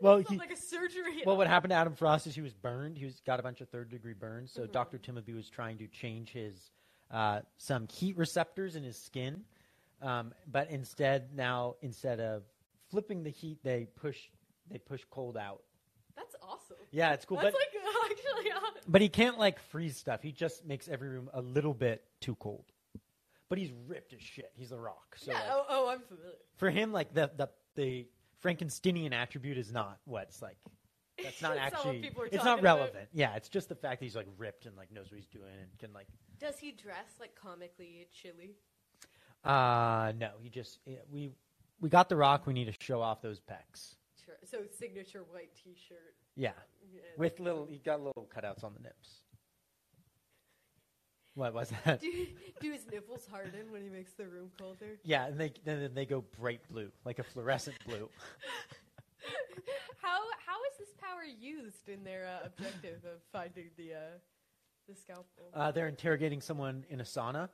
Speaker 1: Well,
Speaker 2: sounds
Speaker 1: he,
Speaker 2: like a surgery?
Speaker 1: well, what happened to Adam Frost is he was burned. He was got a bunch of third degree burns. So
Speaker 2: Mhm.
Speaker 1: Doctor Timothy was trying to change his uh, some heat receptors in his skin, um, but instead now instead of flipping the heat, they push they push cold out.
Speaker 2: That's awesome.
Speaker 1: Yeah, it's cool.
Speaker 2: That's
Speaker 1: but
Speaker 2: like actually. uh, awesome.
Speaker 1: But he can't like freeze stuff. He just makes every room a little bit too cold. But he's ripped as shit. He's the rock. So
Speaker 2: yeah.
Speaker 1: like,
Speaker 2: oh, oh, I'm familiar.
Speaker 1: for him, like the the the Frankensteinian attribute is not what's like. That's not
Speaker 2: That's not what
Speaker 1: actually.
Speaker 2: people are
Speaker 1: it's
Speaker 2: talking
Speaker 1: not
Speaker 2: about.
Speaker 1: relevant. Yeah, it's just the fact that he's like ripped and like knows what he's doing and can like.
Speaker 2: Does he dress like comically chilly?
Speaker 1: Uh no, he just eh, we we got the rock. We need to show off those pecs.
Speaker 2: Sure. So signature white T-shirt.
Speaker 1: Yeah,
Speaker 2: and-
Speaker 1: with little he got little cutouts on the nips. What was that?
Speaker 2: Do, do his nipples harden when he makes the room colder?
Speaker 1: Yeah, and they then then they go bright blue, like a fluorescent blue.
Speaker 2: how how is this power used in their uh, objective of finding the uh, the scalpel?
Speaker 1: Uh, they're interrogating someone in a sauna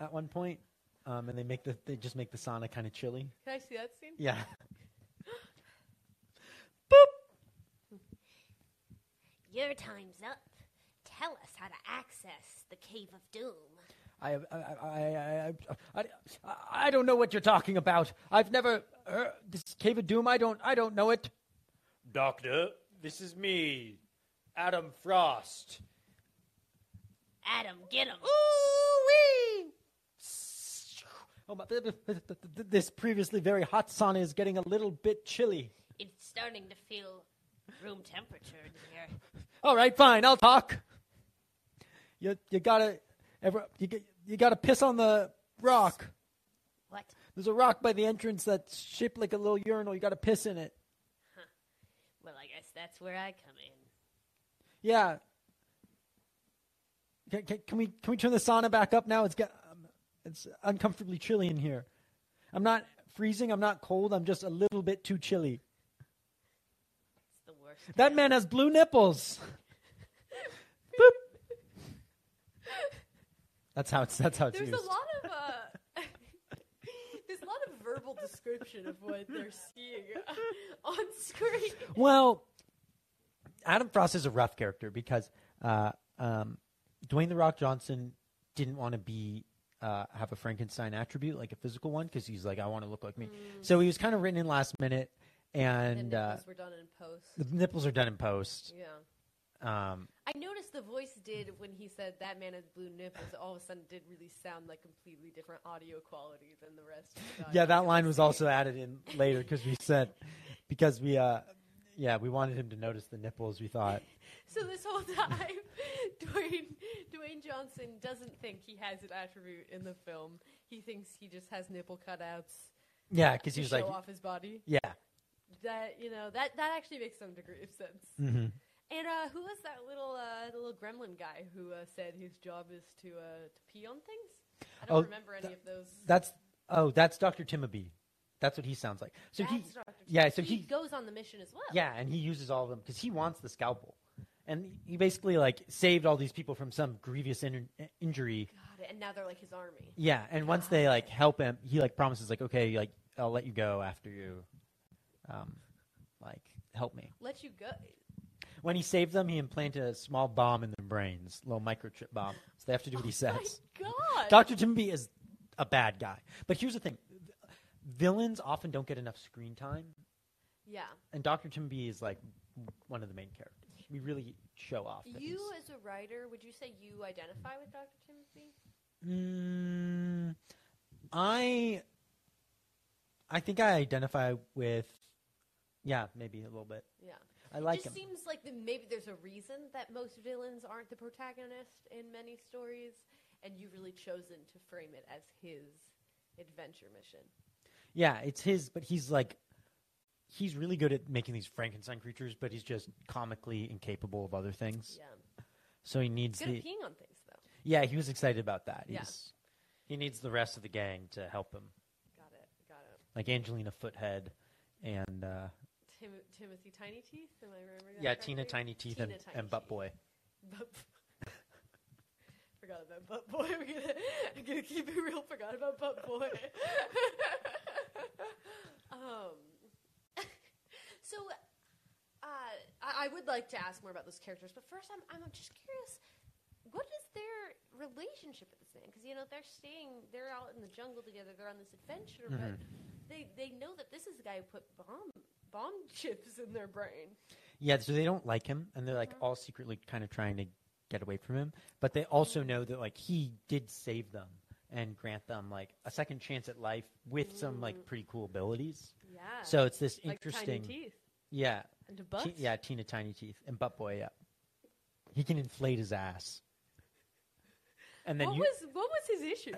Speaker 1: at one point, um, and they make the they just make the sauna kind of chilly.
Speaker 2: Can I see that scene?
Speaker 1: Yeah.
Speaker 3: Your time's up. Tell us how to access the Cave of Doom.
Speaker 1: I, I, I, I, I, I, I don't know what you're talking about. I've never uh, this cave of doom. I don't I don't know it. Doctor, this is me, Adam Frost.
Speaker 3: Adam, get him.
Speaker 1: Ooh-wee! Oh my! This previously very hot sauna is getting a little bit chilly.
Speaker 3: It's starting to feel room temperature in here.
Speaker 1: All right, fine. I'll talk. You you gotta ever you g- you gotta piss on the rock.
Speaker 3: What?
Speaker 1: There's a rock by the entrance that's shaped like a little urinal. You gotta piss in it.
Speaker 3: Well, I guess that's where I come in.
Speaker 1: Yeah. Can, can, can we can we turn the sauna back up now? It's got um, it's uncomfortably chilly in here. I'm not freezing. I'm not cold. I'm just a little bit too chilly.
Speaker 3: It's the worst.
Speaker 1: That
Speaker 3: time.
Speaker 1: man has blue nipples. Boop. That's how it's that's how it's
Speaker 2: There's
Speaker 1: used.
Speaker 2: a lot of uh, there's a lot of verbal description of what they're seeing uh, on screen.
Speaker 1: Well, Adam Frost is a rough character because uh, um, Dwayne the Rock Johnson didn't want to be uh, have a Frankenstein attribute like a physical one because he's like I want to look like me. So he was kind of written in last minute, and
Speaker 2: the
Speaker 1: uh,
Speaker 2: Mm. nipples were done in
Speaker 1: the
Speaker 2: post.
Speaker 1: nipples are done in post.
Speaker 2: Yeah.
Speaker 1: Um,
Speaker 2: I noticed the voice did when he said that man has blue nipples. All of a sudden, did really sound like completely different audio quality than the rest. Of the
Speaker 1: yeah,
Speaker 2: dialogue
Speaker 1: that
Speaker 2: was
Speaker 1: line was
Speaker 2: saying.
Speaker 1: also added in later because we said because we uh, yeah we wanted him to notice the nipples. We thought
Speaker 2: So this whole time, Dwayne Dwayne Johnson doesn't think he has an attribute in the film. He thinks he just has nipple cutouts
Speaker 1: yeah because
Speaker 2: to
Speaker 1: he was
Speaker 2: show
Speaker 1: like
Speaker 2: off his body.
Speaker 1: yeah
Speaker 2: That you know that that actually makes some degree of sense.
Speaker 1: mhm.
Speaker 2: And uh, who was that little uh, the little gremlin guy who uh, said his job is to uh, to pee on things? I don't
Speaker 1: Oh,
Speaker 2: remember any
Speaker 1: tha-
Speaker 2: of those.
Speaker 1: that's oh that's Doctor Timothy. That's what he sounds like. So he
Speaker 2: That's Dr.
Speaker 1: yeah,
Speaker 2: Seuss.
Speaker 1: so he-
Speaker 2: goes on the mission as well.
Speaker 1: Yeah, and he uses all of them because he wants the scalpel, and he basically like saved all these people from some grievous in- injury.
Speaker 2: Got it. And now they're like his army.
Speaker 1: Yeah, and once they like help him, he like promises like, okay, like I'll let you go after you, um, like help me.
Speaker 2: Let you go.
Speaker 1: When he saved them, he implanted a small bomb in their brains, little microchip bomb. So they have to do what he says.
Speaker 2: Oh My God.
Speaker 1: Doctor Timothy is a bad guy, but here's the thing: villains often don't get enough screen time,
Speaker 2: yeah.
Speaker 1: and Doctor Timothy is like one of the main characters. We really show off. that
Speaker 2: You
Speaker 1: he's-
Speaker 2: as a writer, would you say you identify with Dr. Timothy?
Speaker 1: Mm, I I think I identify with yeah, maybe a little bit.
Speaker 2: Yeah.
Speaker 1: I like
Speaker 2: just
Speaker 1: him.
Speaker 2: seems like the, maybe there's a reason that most villains aren't the protagonist in many stories, and you've really chosen to frame it as his adventure mission.
Speaker 1: yeah, it's his, but he's like he's really good at making these Frankenstein creatures, but he's just comically incapable of other things.
Speaker 2: Yeah.
Speaker 1: So he needs
Speaker 2: He's good
Speaker 1: the
Speaker 2: at peeing on things, though.
Speaker 1: yeah. He was excited about that.
Speaker 2: Yeah.
Speaker 1: He's, he needs the rest of the gang to help him.
Speaker 2: Got it. Got it.
Speaker 1: like Angelina Foothead and uh,
Speaker 2: Tim- Timothy Tiny Teeth. Am I remembering that?
Speaker 1: yeah, Tina
Speaker 2: correctly?
Speaker 1: Tiny Teeth
Speaker 2: Tina
Speaker 1: and,
Speaker 2: Tiny
Speaker 1: and Butt
Speaker 2: Teeth.
Speaker 1: Boy.
Speaker 2: Butt Boy. forgot about Butt Boy. We're gonna, I'm gonna keep it real. Forgot about Butt Boy. um, so, uh, I, I would like to ask more about those characters, but first, I'm, I'm just curious. What is their relationship with this man? Because you know they're staying, they're out in the jungle together. They're on this adventure,
Speaker 1: Mm-hmm.
Speaker 2: but they they know that this is the guy who put bomb bomb chips in their brain.
Speaker 1: Yeah, so they don't like him, and they're like
Speaker 2: Mhm.
Speaker 1: all secretly kind of trying to get away from him. But they also
Speaker 2: Mm-hmm.
Speaker 1: know that like he did save them and grant them like a second chance at life with some like
Speaker 2: Mm.
Speaker 1: pretty cool abilities.
Speaker 2: Yeah.
Speaker 1: So it's this
Speaker 2: like
Speaker 1: interesting,
Speaker 2: tiny teeth
Speaker 1: yeah,
Speaker 2: and a
Speaker 1: Ti-
Speaker 2: butt.
Speaker 1: yeah, Tina Tiny Teeth and Butt Boy. Yeah, he can inflate his ass, and then
Speaker 2: what
Speaker 1: you,
Speaker 2: was what was his issue?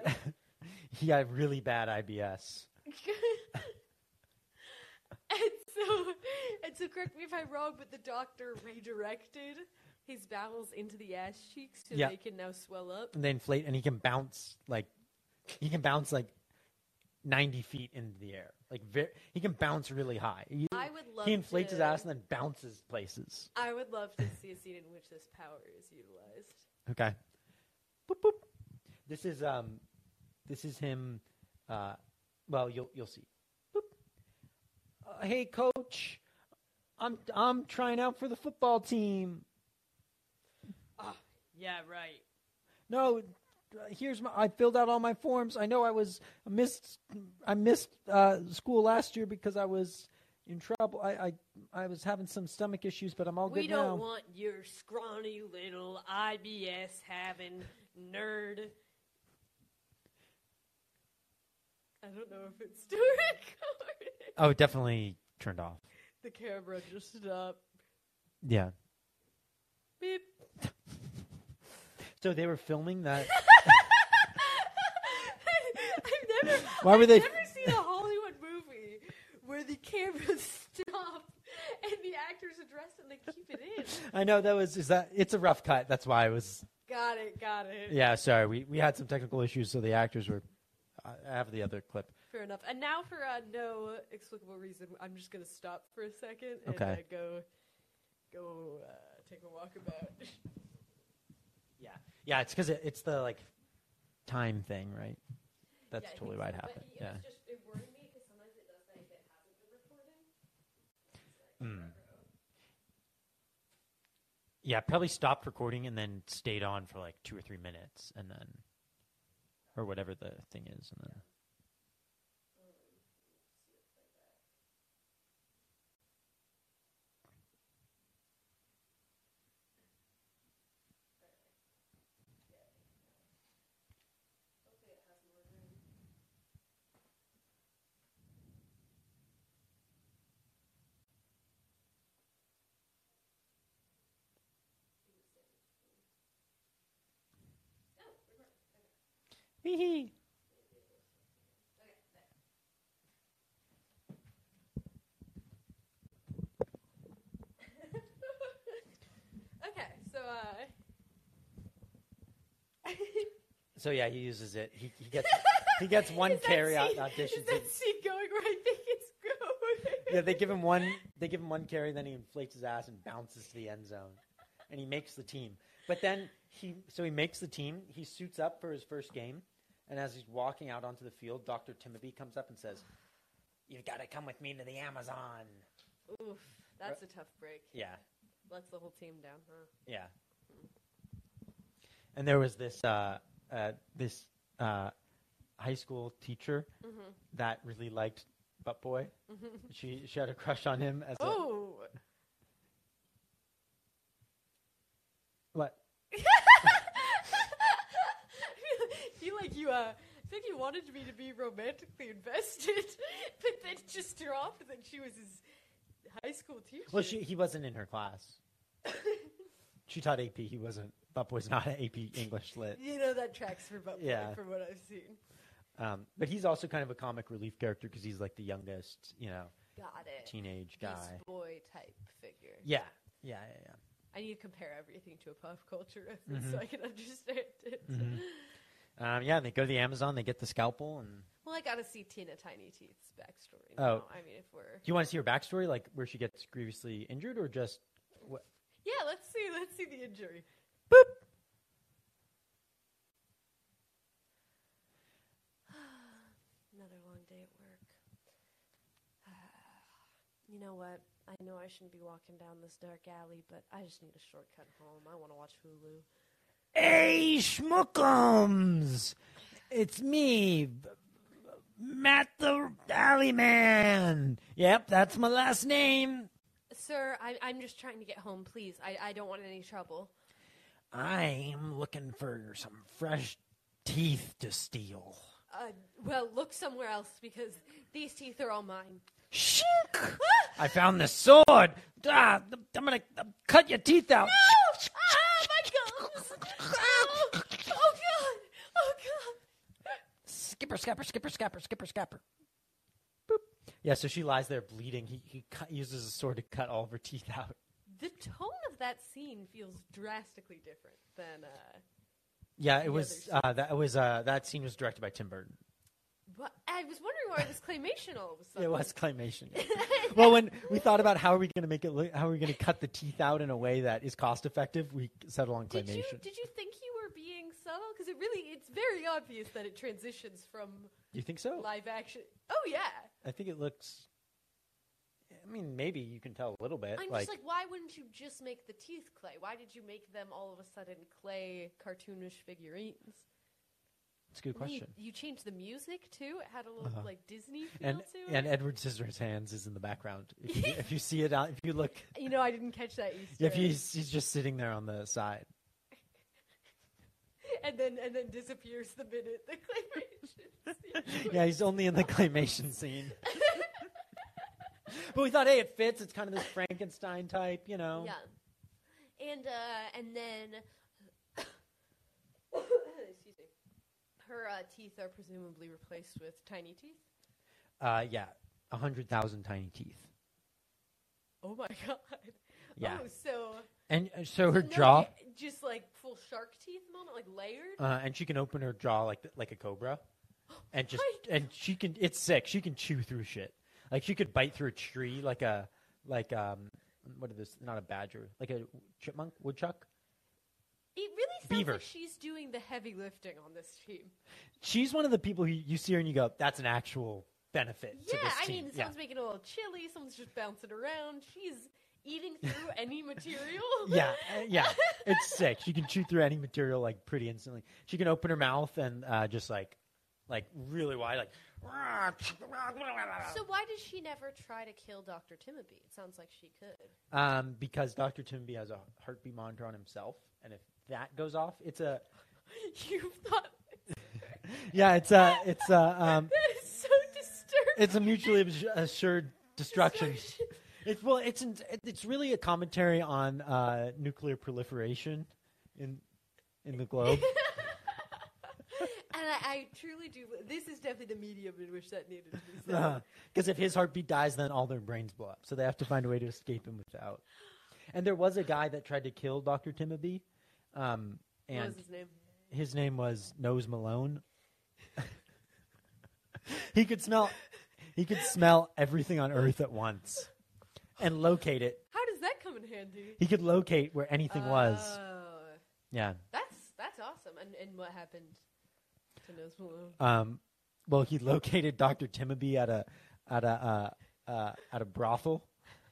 Speaker 1: he had really bad IBS.
Speaker 2: and so and so correct me if I'm wrong, but the doctor redirected his bowels into the ass cheeks so
Speaker 1: Yeah.
Speaker 2: they can now swell up.
Speaker 1: and they inflate and he can bounce like he can bounce like 90 feet into the air like very, he can bounce really high he,
Speaker 2: I would love
Speaker 1: he inflates
Speaker 2: to,
Speaker 1: his ass and then bounces places
Speaker 2: I would love to see a scene in which this power is utilized.
Speaker 1: okay boop, boop. this is um this is him uh well you'll you'll see boop. Uh, hey coach i'm i'm trying out for the football team
Speaker 2: Yeah, right.
Speaker 1: no uh, here's my i filled out all my forms i know i was I missed i missed uh, school last year because i was in trouble i i, I was having some stomach issues but i'm all
Speaker 2: we
Speaker 1: Oh, good
Speaker 2: don't
Speaker 1: now
Speaker 2: want your scrawny little IBS having nerd. I don't know if it's still recording.
Speaker 1: oh it definitely turned off
Speaker 2: The camera just stopped.
Speaker 1: yeah
Speaker 2: Beep.
Speaker 1: so they were filming that
Speaker 2: I've never.
Speaker 1: Why were
Speaker 2: I've
Speaker 1: they-
Speaker 2: Never seen a Hollywood movie where the camera stops and the actors address it and they keep it in.
Speaker 1: i know that was is that it's a rough cut that's why i was
Speaker 2: Got it. Got it.
Speaker 1: yeah sorry we we had some technical issues so the actors were i I have the other clip
Speaker 2: Fair enough. And now, for uh, no explicable reason, I'm just gonna stop for a second and
Speaker 1: Okay.
Speaker 2: uh, go, go uh, take a walk about.
Speaker 1: yeah yeah it's because it, it's the like time thing right that's totally why it happened yeah
Speaker 2: just it worried me because sometimes it does that if it hasn't been recording.
Speaker 1: Mm. Yeah, probably stopped recording and then stayed on for like two or three minutes and then or whatever the thing is and then Hee-hee.
Speaker 2: Okay, so uh,
Speaker 1: So yeah, he uses it. He, he gets he gets one
Speaker 2: Is that
Speaker 1: carry out
Speaker 2: scene-
Speaker 1: and auditions.
Speaker 2: Is that
Speaker 1: it.
Speaker 2: scene going where I think it's going?
Speaker 1: Yeah, they give him one they give him one carry, then he inflates his ass and bounces to the end zone. And he makes the team. But then he so he makes the team, he suits up for his first game, and as he's walking out onto the field, Dr. Timothy comes up and says, You've gotta come with me to the Amazon.
Speaker 2: Oof, that's a tough break.
Speaker 1: Yeah.
Speaker 2: Lets the whole team down, huh?
Speaker 1: Yeah. And there was this uh, uh, this uh, high school teacher
Speaker 2: Mhm.
Speaker 1: that really liked Butt Boy.
Speaker 2: mm-hmm.
Speaker 1: She she had a crush on him as a
Speaker 2: Oh,
Speaker 1: what?
Speaker 2: I feel like you, uh, I think you wanted me to be romantically invested, but then just dropped that she was his high school teacher.
Speaker 1: Well, she he wasn't in her class. She taught AP. He wasn't. Butt Boy's not an AP English lit.
Speaker 2: you know that tracks for Butt Boy
Speaker 1: Yeah.
Speaker 2: from what I've seen.
Speaker 1: Um, but he's also kind of a comic relief character because he's like the youngest, you know,
Speaker 2: Got it.
Speaker 1: teenage guy.
Speaker 2: Beast boy type figure.
Speaker 1: Yeah, yeah, yeah, yeah.
Speaker 2: I need to compare everything to a pop culture reference so
Speaker 1: Mhm.
Speaker 2: I can understand it.
Speaker 1: Mm-hmm. Mhm. Um, yeah, and they go to the Amazon. They get the scalpel, and
Speaker 2: Well, like got to see Tina Tiny Teeth's backstory.
Speaker 1: Oh.
Speaker 2: Now. I mean, if we're
Speaker 1: Do you want to see her backstory, like where she gets grievously injured, or just
Speaker 2: yeah, let's see, let's see the injury. Boop. Another long day at work. You know what? I know I shouldn't be walking down this dark alley, but I just need a shortcut home. I want to watch Hulu.
Speaker 1: Hey, schmuckums! It's me, Matt the Alley Man. Yep, that's my last name.
Speaker 2: Sir, I, I'm just trying to get home, please. I, I don't want any trouble.
Speaker 1: I'm looking for some fresh teeth to steal.
Speaker 2: Uh, well, look somewhere else because these teeth are all mine.
Speaker 1: Shink! I found this sword. Ah, I'm gonna cut your teeth out.
Speaker 2: Oh, ah, my gums! Oh, oh God! Oh God!
Speaker 1: Skipper, scapper, skipper, scapper, skipper, scapper. Boop. Yeah, so she lies there bleeding. He, he cut, uses a sword to cut all of her teeth out.
Speaker 2: The tone of that scene feels drastically different than. Uh,
Speaker 1: Yeah, it
Speaker 2: Yeah,
Speaker 1: was
Speaker 2: there's-
Speaker 1: uh, that was uh, that scene was directed by Tim Burton.
Speaker 2: what, I was wondering why it was claymation all of a sudden.
Speaker 1: It was claymation. well, when we thought about how are we going to make it, look, how are we going to cut the teeth out in a way that is cost effective, we settled on
Speaker 2: Did
Speaker 1: claymation.
Speaker 2: you did you think you were being subtle? Because it really it's very obvious that it transitions from
Speaker 1: you think so?
Speaker 2: live action. Oh yeah,
Speaker 1: I think it looks. I mean, maybe you can tell a little bit.
Speaker 2: I'm
Speaker 1: like,
Speaker 2: just like, why wouldn't you just make the teeth clay? Why did you make them all of a sudden clay cartoonish figurines?
Speaker 1: it's a good
Speaker 2: And then you-
Speaker 1: question.
Speaker 2: You, changed the music too. It had a little
Speaker 1: Uh-huh.
Speaker 2: like Disney feel
Speaker 1: And
Speaker 2: to
Speaker 1: and
Speaker 2: it.
Speaker 1: Edward Scissorhands is in the background. If you, if you see it, out, if you look,
Speaker 2: you know, I didn't catch that Easter.
Speaker 1: if he's, he's just sitting there on the side.
Speaker 2: egg. and then and then disappears the minute the claymation.
Speaker 1: Yeah, he's only in the claymation scene. but we thought, hey, it fits. It's kind of this Frankenstein type, you know.
Speaker 2: Yeah. And uh, and then, excuse me, her uh, teeth are presumably replaced with tiny teeth.
Speaker 1: Uh, yeah, a hundred thousand tiny teeth.
Speaker 2: Oh my god.
Speaker 1: Yeah,
Speaker 2: Oh, so
Speaker 1: and uh, so her
Speaker 2: no,
Speaker 1: jaw,
Speaker 2: j- just like full shark teeth moment, like layered.
Speaker 1: uh, and she can open her jaw like th- like a cobra, and just
Speaker 2: my
Speaker 1: and she can. It's sick. She can chew through shit. Like she could bite through a tree, like a like um what are this? Not a badger, like a chipmunk, woodchuck.
Speaker 2: It really sounds
Speaker 1: Beaver.
Speaker 2: like she's doing the heavy lifting on this team.
Speaker 1: She's one of the people who you see her and you go, that's an actual benefit
Speaker 2: Yeah,
Speaker 1: to this
Speaker 2: I
Speaker 1: team.
Speaker 2: mean,
Speaker 1: yeah.
Speaker 2: someone's making it a little chilly. Someone's just bouncing around. She's eating through any material.
Speaker 1: yeah, uh, yeah. It's sick. She can chew through any material like pretty instantly. She can open her mouth and uh, just like, like really wide, like.
Speaker 2: So why does she never try to kill Dr. Timothy? It sounds like she could.
Speaker 1: Um, because Doctor Timby has a heartbeat monitor on himself, and if that goes off, it's a
Speaker 2: You've thought
Speaker 1: yeah, it's a it's a um,
Speaker 2: that is so disturbing.
Speaker 1: it's a mutually abs- assured destruction. It's well, it's in, it's really a commentary on uh, nuclear proliferation in in the globe.
Speaker 2: and I, I truly do. This is definitely the medium in which that needed to be said.
Speaker 1: Because if his heartbeat dies, then all their brains blow up. So they have to find a way to escape him without. And there was a guy that tried to kill Dr. Timothy, um,
Speaker 2: What
Speaker 1: and
Speaker 2: was his name?
Speaker 1: his name was Nose Malone. he could smell, he could smell everything on Earth at once, and locate it.
Speaker 2: How does that come in handy?
Speaker 1: He could locate where anything was.
Speaker 2: Oh,
Speaker 1: Yeah.
Speaker 2: That's that's awesome. And and what happened to Nose Malone?
Speaker 1: Um, well, he located Dr. Timothy at a at a uh, uh, at a brothel,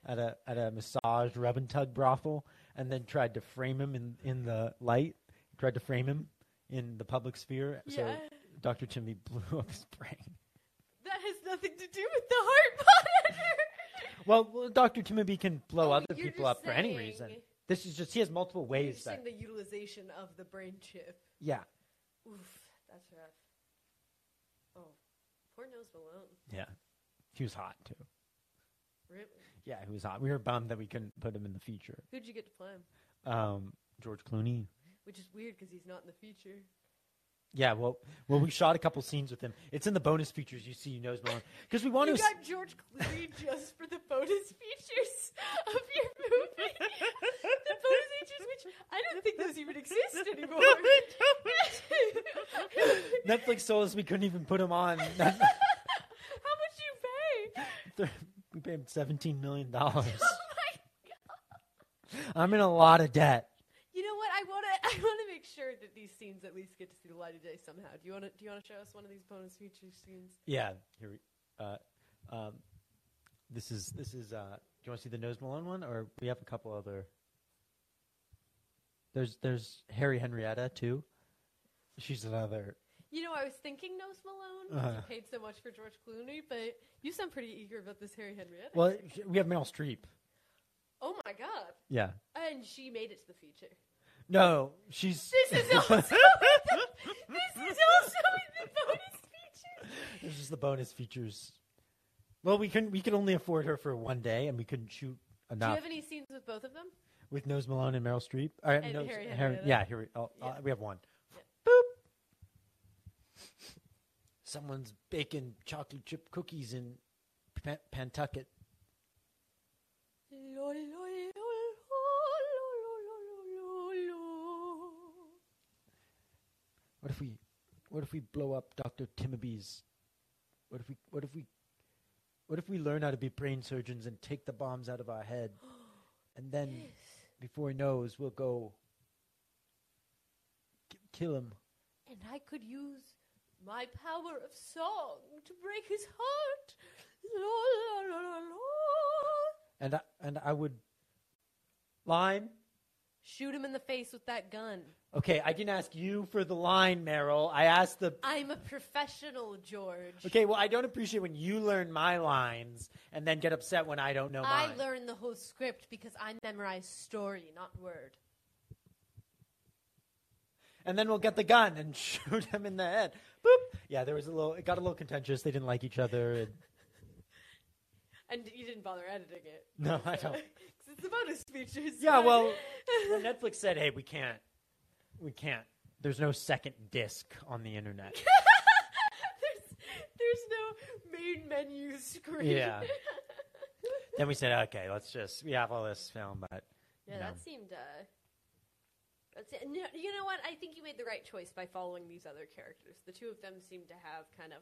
Speaker 1: at a at a massage rub and tug brothel, and then tried to frame him in in the light. Tried to frame him in the public sphere. So
Speaker 2: Yeah.
Speaker 1: Dr. Timothy blew up his brain.
Speaker 2: That has nothing to do with the heart monitor.
Speaker 1: Well, well, Dr. Timothy can blow
Speaker 2: Oh,
Speaker 1: other
Speaker 2: you're
Speaker 1: people
Speaker 2: just
Speaker 1: up for any
Speaker 2: saying-
Speaker 1: reason. This is just he has multiple
Speaker 2: You're
Speaker 1: ways
Speaker 2: just saying
Speaker 1: that
Speaker 2: the utilization of the brain chip.
Speaker 1: yeah
Speaker 2: Oof, that's rough. Oh, poor Nose Malone.
Speaker 1: yeah. He was hot too.
Speaker 2: Rip.
Speaker 1: Yeah, he was hot. We were bummed that we couldn't put him in the feature.
Speaker 2: Who'd you get to play him?
Speaker 1: Um, George Clooney.
Speaker 2: Which is weird because he's not in the feature.
Speaker 1: Yeah, well, well, we shot a couple scenes with him. It's in the bonus features you see you nose Malone because we want
Speaker 2: you
Speaker 1: to.
Speaker 2: got George Clooney just for the bonus features of your movie. the bonus features, which I don't think those even exist anymore.
Speaker 1: Netflix told us we couldn't even put him on. That's- hundred seventeen million dollars.
Speaker 2: my
Speaker 1: I'm in a lot of debt.
Speaker 2: You know what? I want to. I want to make sure that these scenes at least get to see the light of day somehow. Do you want to? Do you want to show us one of these bonus feature scenes?
Speaker 1: Yeah. Here we. Uh, um, this is this is. Uh, do you want to see the Nose Malone one, or we have a couple other? There's there's Harry Henrietta too. She's another.
Speaker 2: You know, I was thinking Nose Malone. 'cause
Speaker 1: Uh-huh.
Speaker 2: You paid so much for George Clooney, but you sound pretty eager about this Harry Henrietta.
Speaker 1: Well, we have Meryl Streep.
Speaker 2: Oh my god!
Speaker 1: Yeah.
Speaker 2: And she made it to the feature.
Speaker 1: No, she's.
Speaker 2: This is also. this is also in the bonus feature.
Speaker 1: This is the bonus features. Well, we couldn't. We could only afford her for one day, and we couldn't shoot
Speaker 2: Do you
Speaker 1: enough
Speaker 2: have any scenes with both of them?
Speaker 1: with Nose Malone and Meryl Streep. All right,
Speaker 2: And
Speaker 1: Nose,
Speaker 2: Harry
Speaker 1: Harry,
Speaker 2: Henrietta.
Speaker 1: yeah, here we. Oh,
Speaker 2: Yeah.
Speaker 1: uh, we have one.
Speaker 2: Yeah.
Speaker 1: Boop. Someone's baking chocolate chip cookies in Pan- Pantucket. What if we? What if we blow up Doctor Timothy's? What if we? What if we? What if we learn how to be brain surgeons and take the bombs out of our head, and then before he knows, we'll go k- kill him.
Speaker 2: And I could use my power of song to break his heart. La, la, la, la, la.
Speaker 1: And I, and I would line.
Speaker 2: Shoot him in the face with that gun.
Speaker 1: Okay, I didn't ask you for the line, Meryl. I asked the.
Speaker 2: I'm a professional, George.
Speaker 1: Okay, well, I don't appreciate when you learn my lines and then get upset when I don't know
Speaker 2: I
Speaker 1: mine.
Speaker 2: learned the whole script because I memorize story, not word.
Speaker 1: and then we'll get the gun and shoot him in the head. Boop. Yeah, there was a little. It got a little contentious. They didn't like each other. And,
Speaker 2: And you didn't bother editing it.
Speaker 1: no, I don't.
Speaker 2: Because it's the bonus features.
Speaker 1: Yeah, well, when Netflix said, "Hey, we can't, we can't." There's no second disc on the internet.
Speaker 2: there's, there's no main menu screen.
Speaker 1: Yeah. then we said, "Okay, let's just we have all this film, but
Speaker 2: yeah,
Speaker 1: No.
Speaker 2: that seemed. Uh, that's it. No, you know what? I think you made the right choice by following these other characters. The two of them seem to have kind of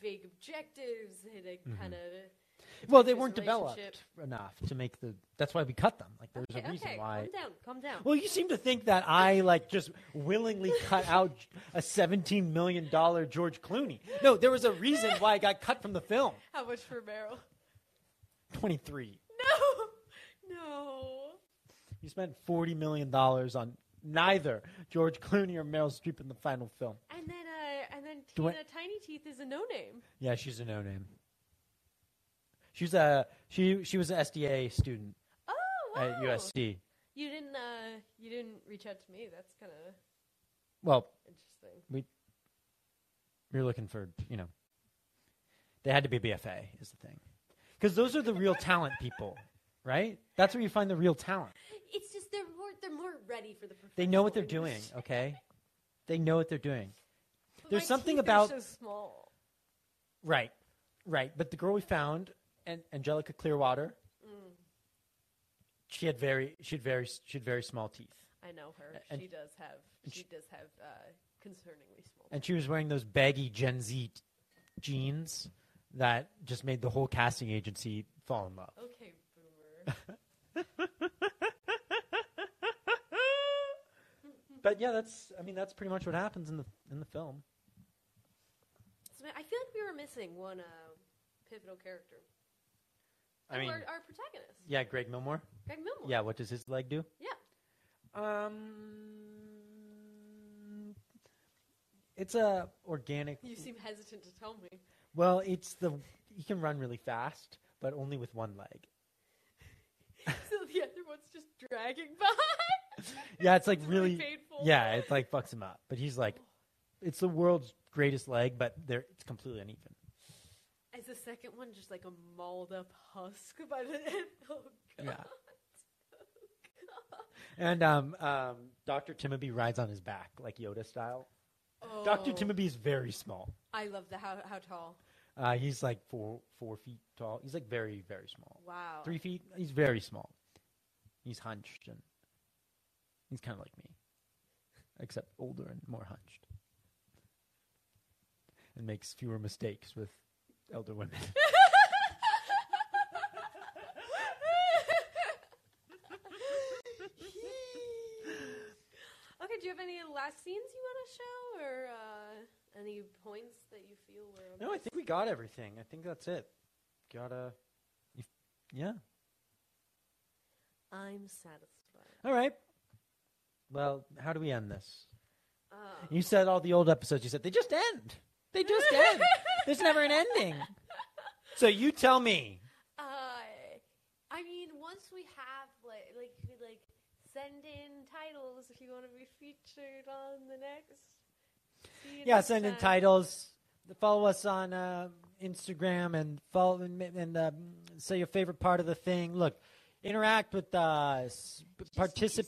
Speaker 2: vague objectives and a
Speaker 1: Mm-hmm.
Speaker 2: kind of.
Speaker 1: well, they weren't
Speaker 2: relationship.
Speaker 1: developed enough to make the. That's why we cut them. Like, there's
Speaker 2: Okay,
Speaker 1: a reason
Speaker 2: okay,
Speaker 1: why.
Speaker 2: calm down, calm down.
Speaker 1: Well, you seem to think that I like just willingly cut out a seventeen million dollar George Clooney. No, there was a reason why I got cut from the film.
Speaker 2: How much for Meryl?
Speaker 1: Twenty three.
Speaker 2: No, no.
Speaker 1: You spent forty million dollars on neither George Clooney or Meryl Streep in the final film.
Speaker 2: And then, uh, and then
Speaker 1: Do I-
Speaker 2: Tina Tiny Teeth is a no name.
Speaker 1: Yeah, she's a no name. She's a she. She was an SDA student
Speaker 2: Oh, wow.
Speaker 1: at USC.
Speaker 2: You didn't, uh, you didn't reach out to me. That's kind of
Speaker 1: Well,
Speaker 2: interesting.
Speaker 1: you're looking for you know. They had to be BFA is the thing, because those are the real talent people, right? That's where you find the real talent.
Speaker 2: It's just they're more, they're more ready for the.
Speaker 1: They know what they're
Speaker 2: professional
Speaker 1: doing.
Speaker 2: industry.
Speaker 1: Okay, they know what they're doing.
Speaker 2: But
Speaker 1: There's
Speaker 2: my
Speaker 1: something
Speaker 2: teeth are
Speaker 1: about-
Speaker 2: so small.
Speaker 1: Right, right. But the girl we found, and Angelica Clearwater,
Speaker 2: Mm,
Speaker 1: she had very she had very she had very small teeth,
Speaker 2: I know her.
Speaker 1: And-
Speaker 2: she does have.
Speaker 1: and
Speaker 2: She
Speaker 1: sh-
Speaker 2: does have uh, concerningly small.
Speaker 1: and she was wearing those baggy Gen Z t- jeans that just made the whole casting agency fall in love.
Speaker 2: okay, boomer.
Speaker 1: But yeah, that's I mean that's pretty much what happens in the in the film.
Speaker 2: So I feel like we were missing one uh, pivotal character.
Speaker 1: I
Speaker 2: Oh,
Speaker 1: mean,
Speaker 2: our, our protagonist,
Speaker 1: yeah, Greg Milmore.
Speaker 2: Greg Milmore.
Speaker 1: Yeah, what does his leg do?
Speaker 2: Yeah.
Speaker 1: Um, it's a organic.
Speaker 2: You seem hesitant to tell me.
Speaker 1: Well, it's the he can run really fast, but only with one leg.
Speaker 2: so the other one's just dragging behind.
Speaker 1: Yeah, it's like
Speaker 2: It's
Speaker 1: really.
Speaker 2: painful.
Speaker 1: Yeah, it's like fucks him up. But he's like, it's the world's greatest leg, but they're, it's completely uneven.
Speaker 2: Is the second one just like a mauled up husk by the end? Oh god.
Speaker 1: Yeah.
Speaker 2: Oh,
Speaker 1: And um, um, Doctor Timothy rides on his back like Yoda style.
Speaker 2: God.
Speaker 1: Doctor
Speaker 2: Oh,
Speaker 1: Timothy is very small.
Speaker 2: I love the how how tall.
Speaker 1: Uh, he's like four four feet tall. He's like very very small.
Speaker 2: Wow.
Speaker 1: Three feet. He's very small. He's hunched and he's kind of like me, except older and more hunched, and makes fewer mistakes with elder women.
Speaker 2: scenes you want to show, or uh, any points that you feel were?
Speaker 1: No, I think we got everything. I think that's it. Gotta. you- Yeah.
Speaker 2: I'm satisfied.
Speaker 1: All right. Well, how do we end this?
Speaker 2: Um,
Speaker 1: You said all the old episodes. You said they just end. They just end. There's never an ending. So you tell me.
Speaker 2: Uh, I mean, once we have like, like, you could, like, send in titles if you want to be featured on the next. See you
Speaker 1: Yeah,
Speaker 2: next
Speaker 1: send in
Speaker 2: time.
Speaker 1: titles. Follow us on uh, Instagram and follow and, and uh, say your favorite part of the thing. Look, interact with us, p-
Speaker 2: Just- just
Speaker 1: participate.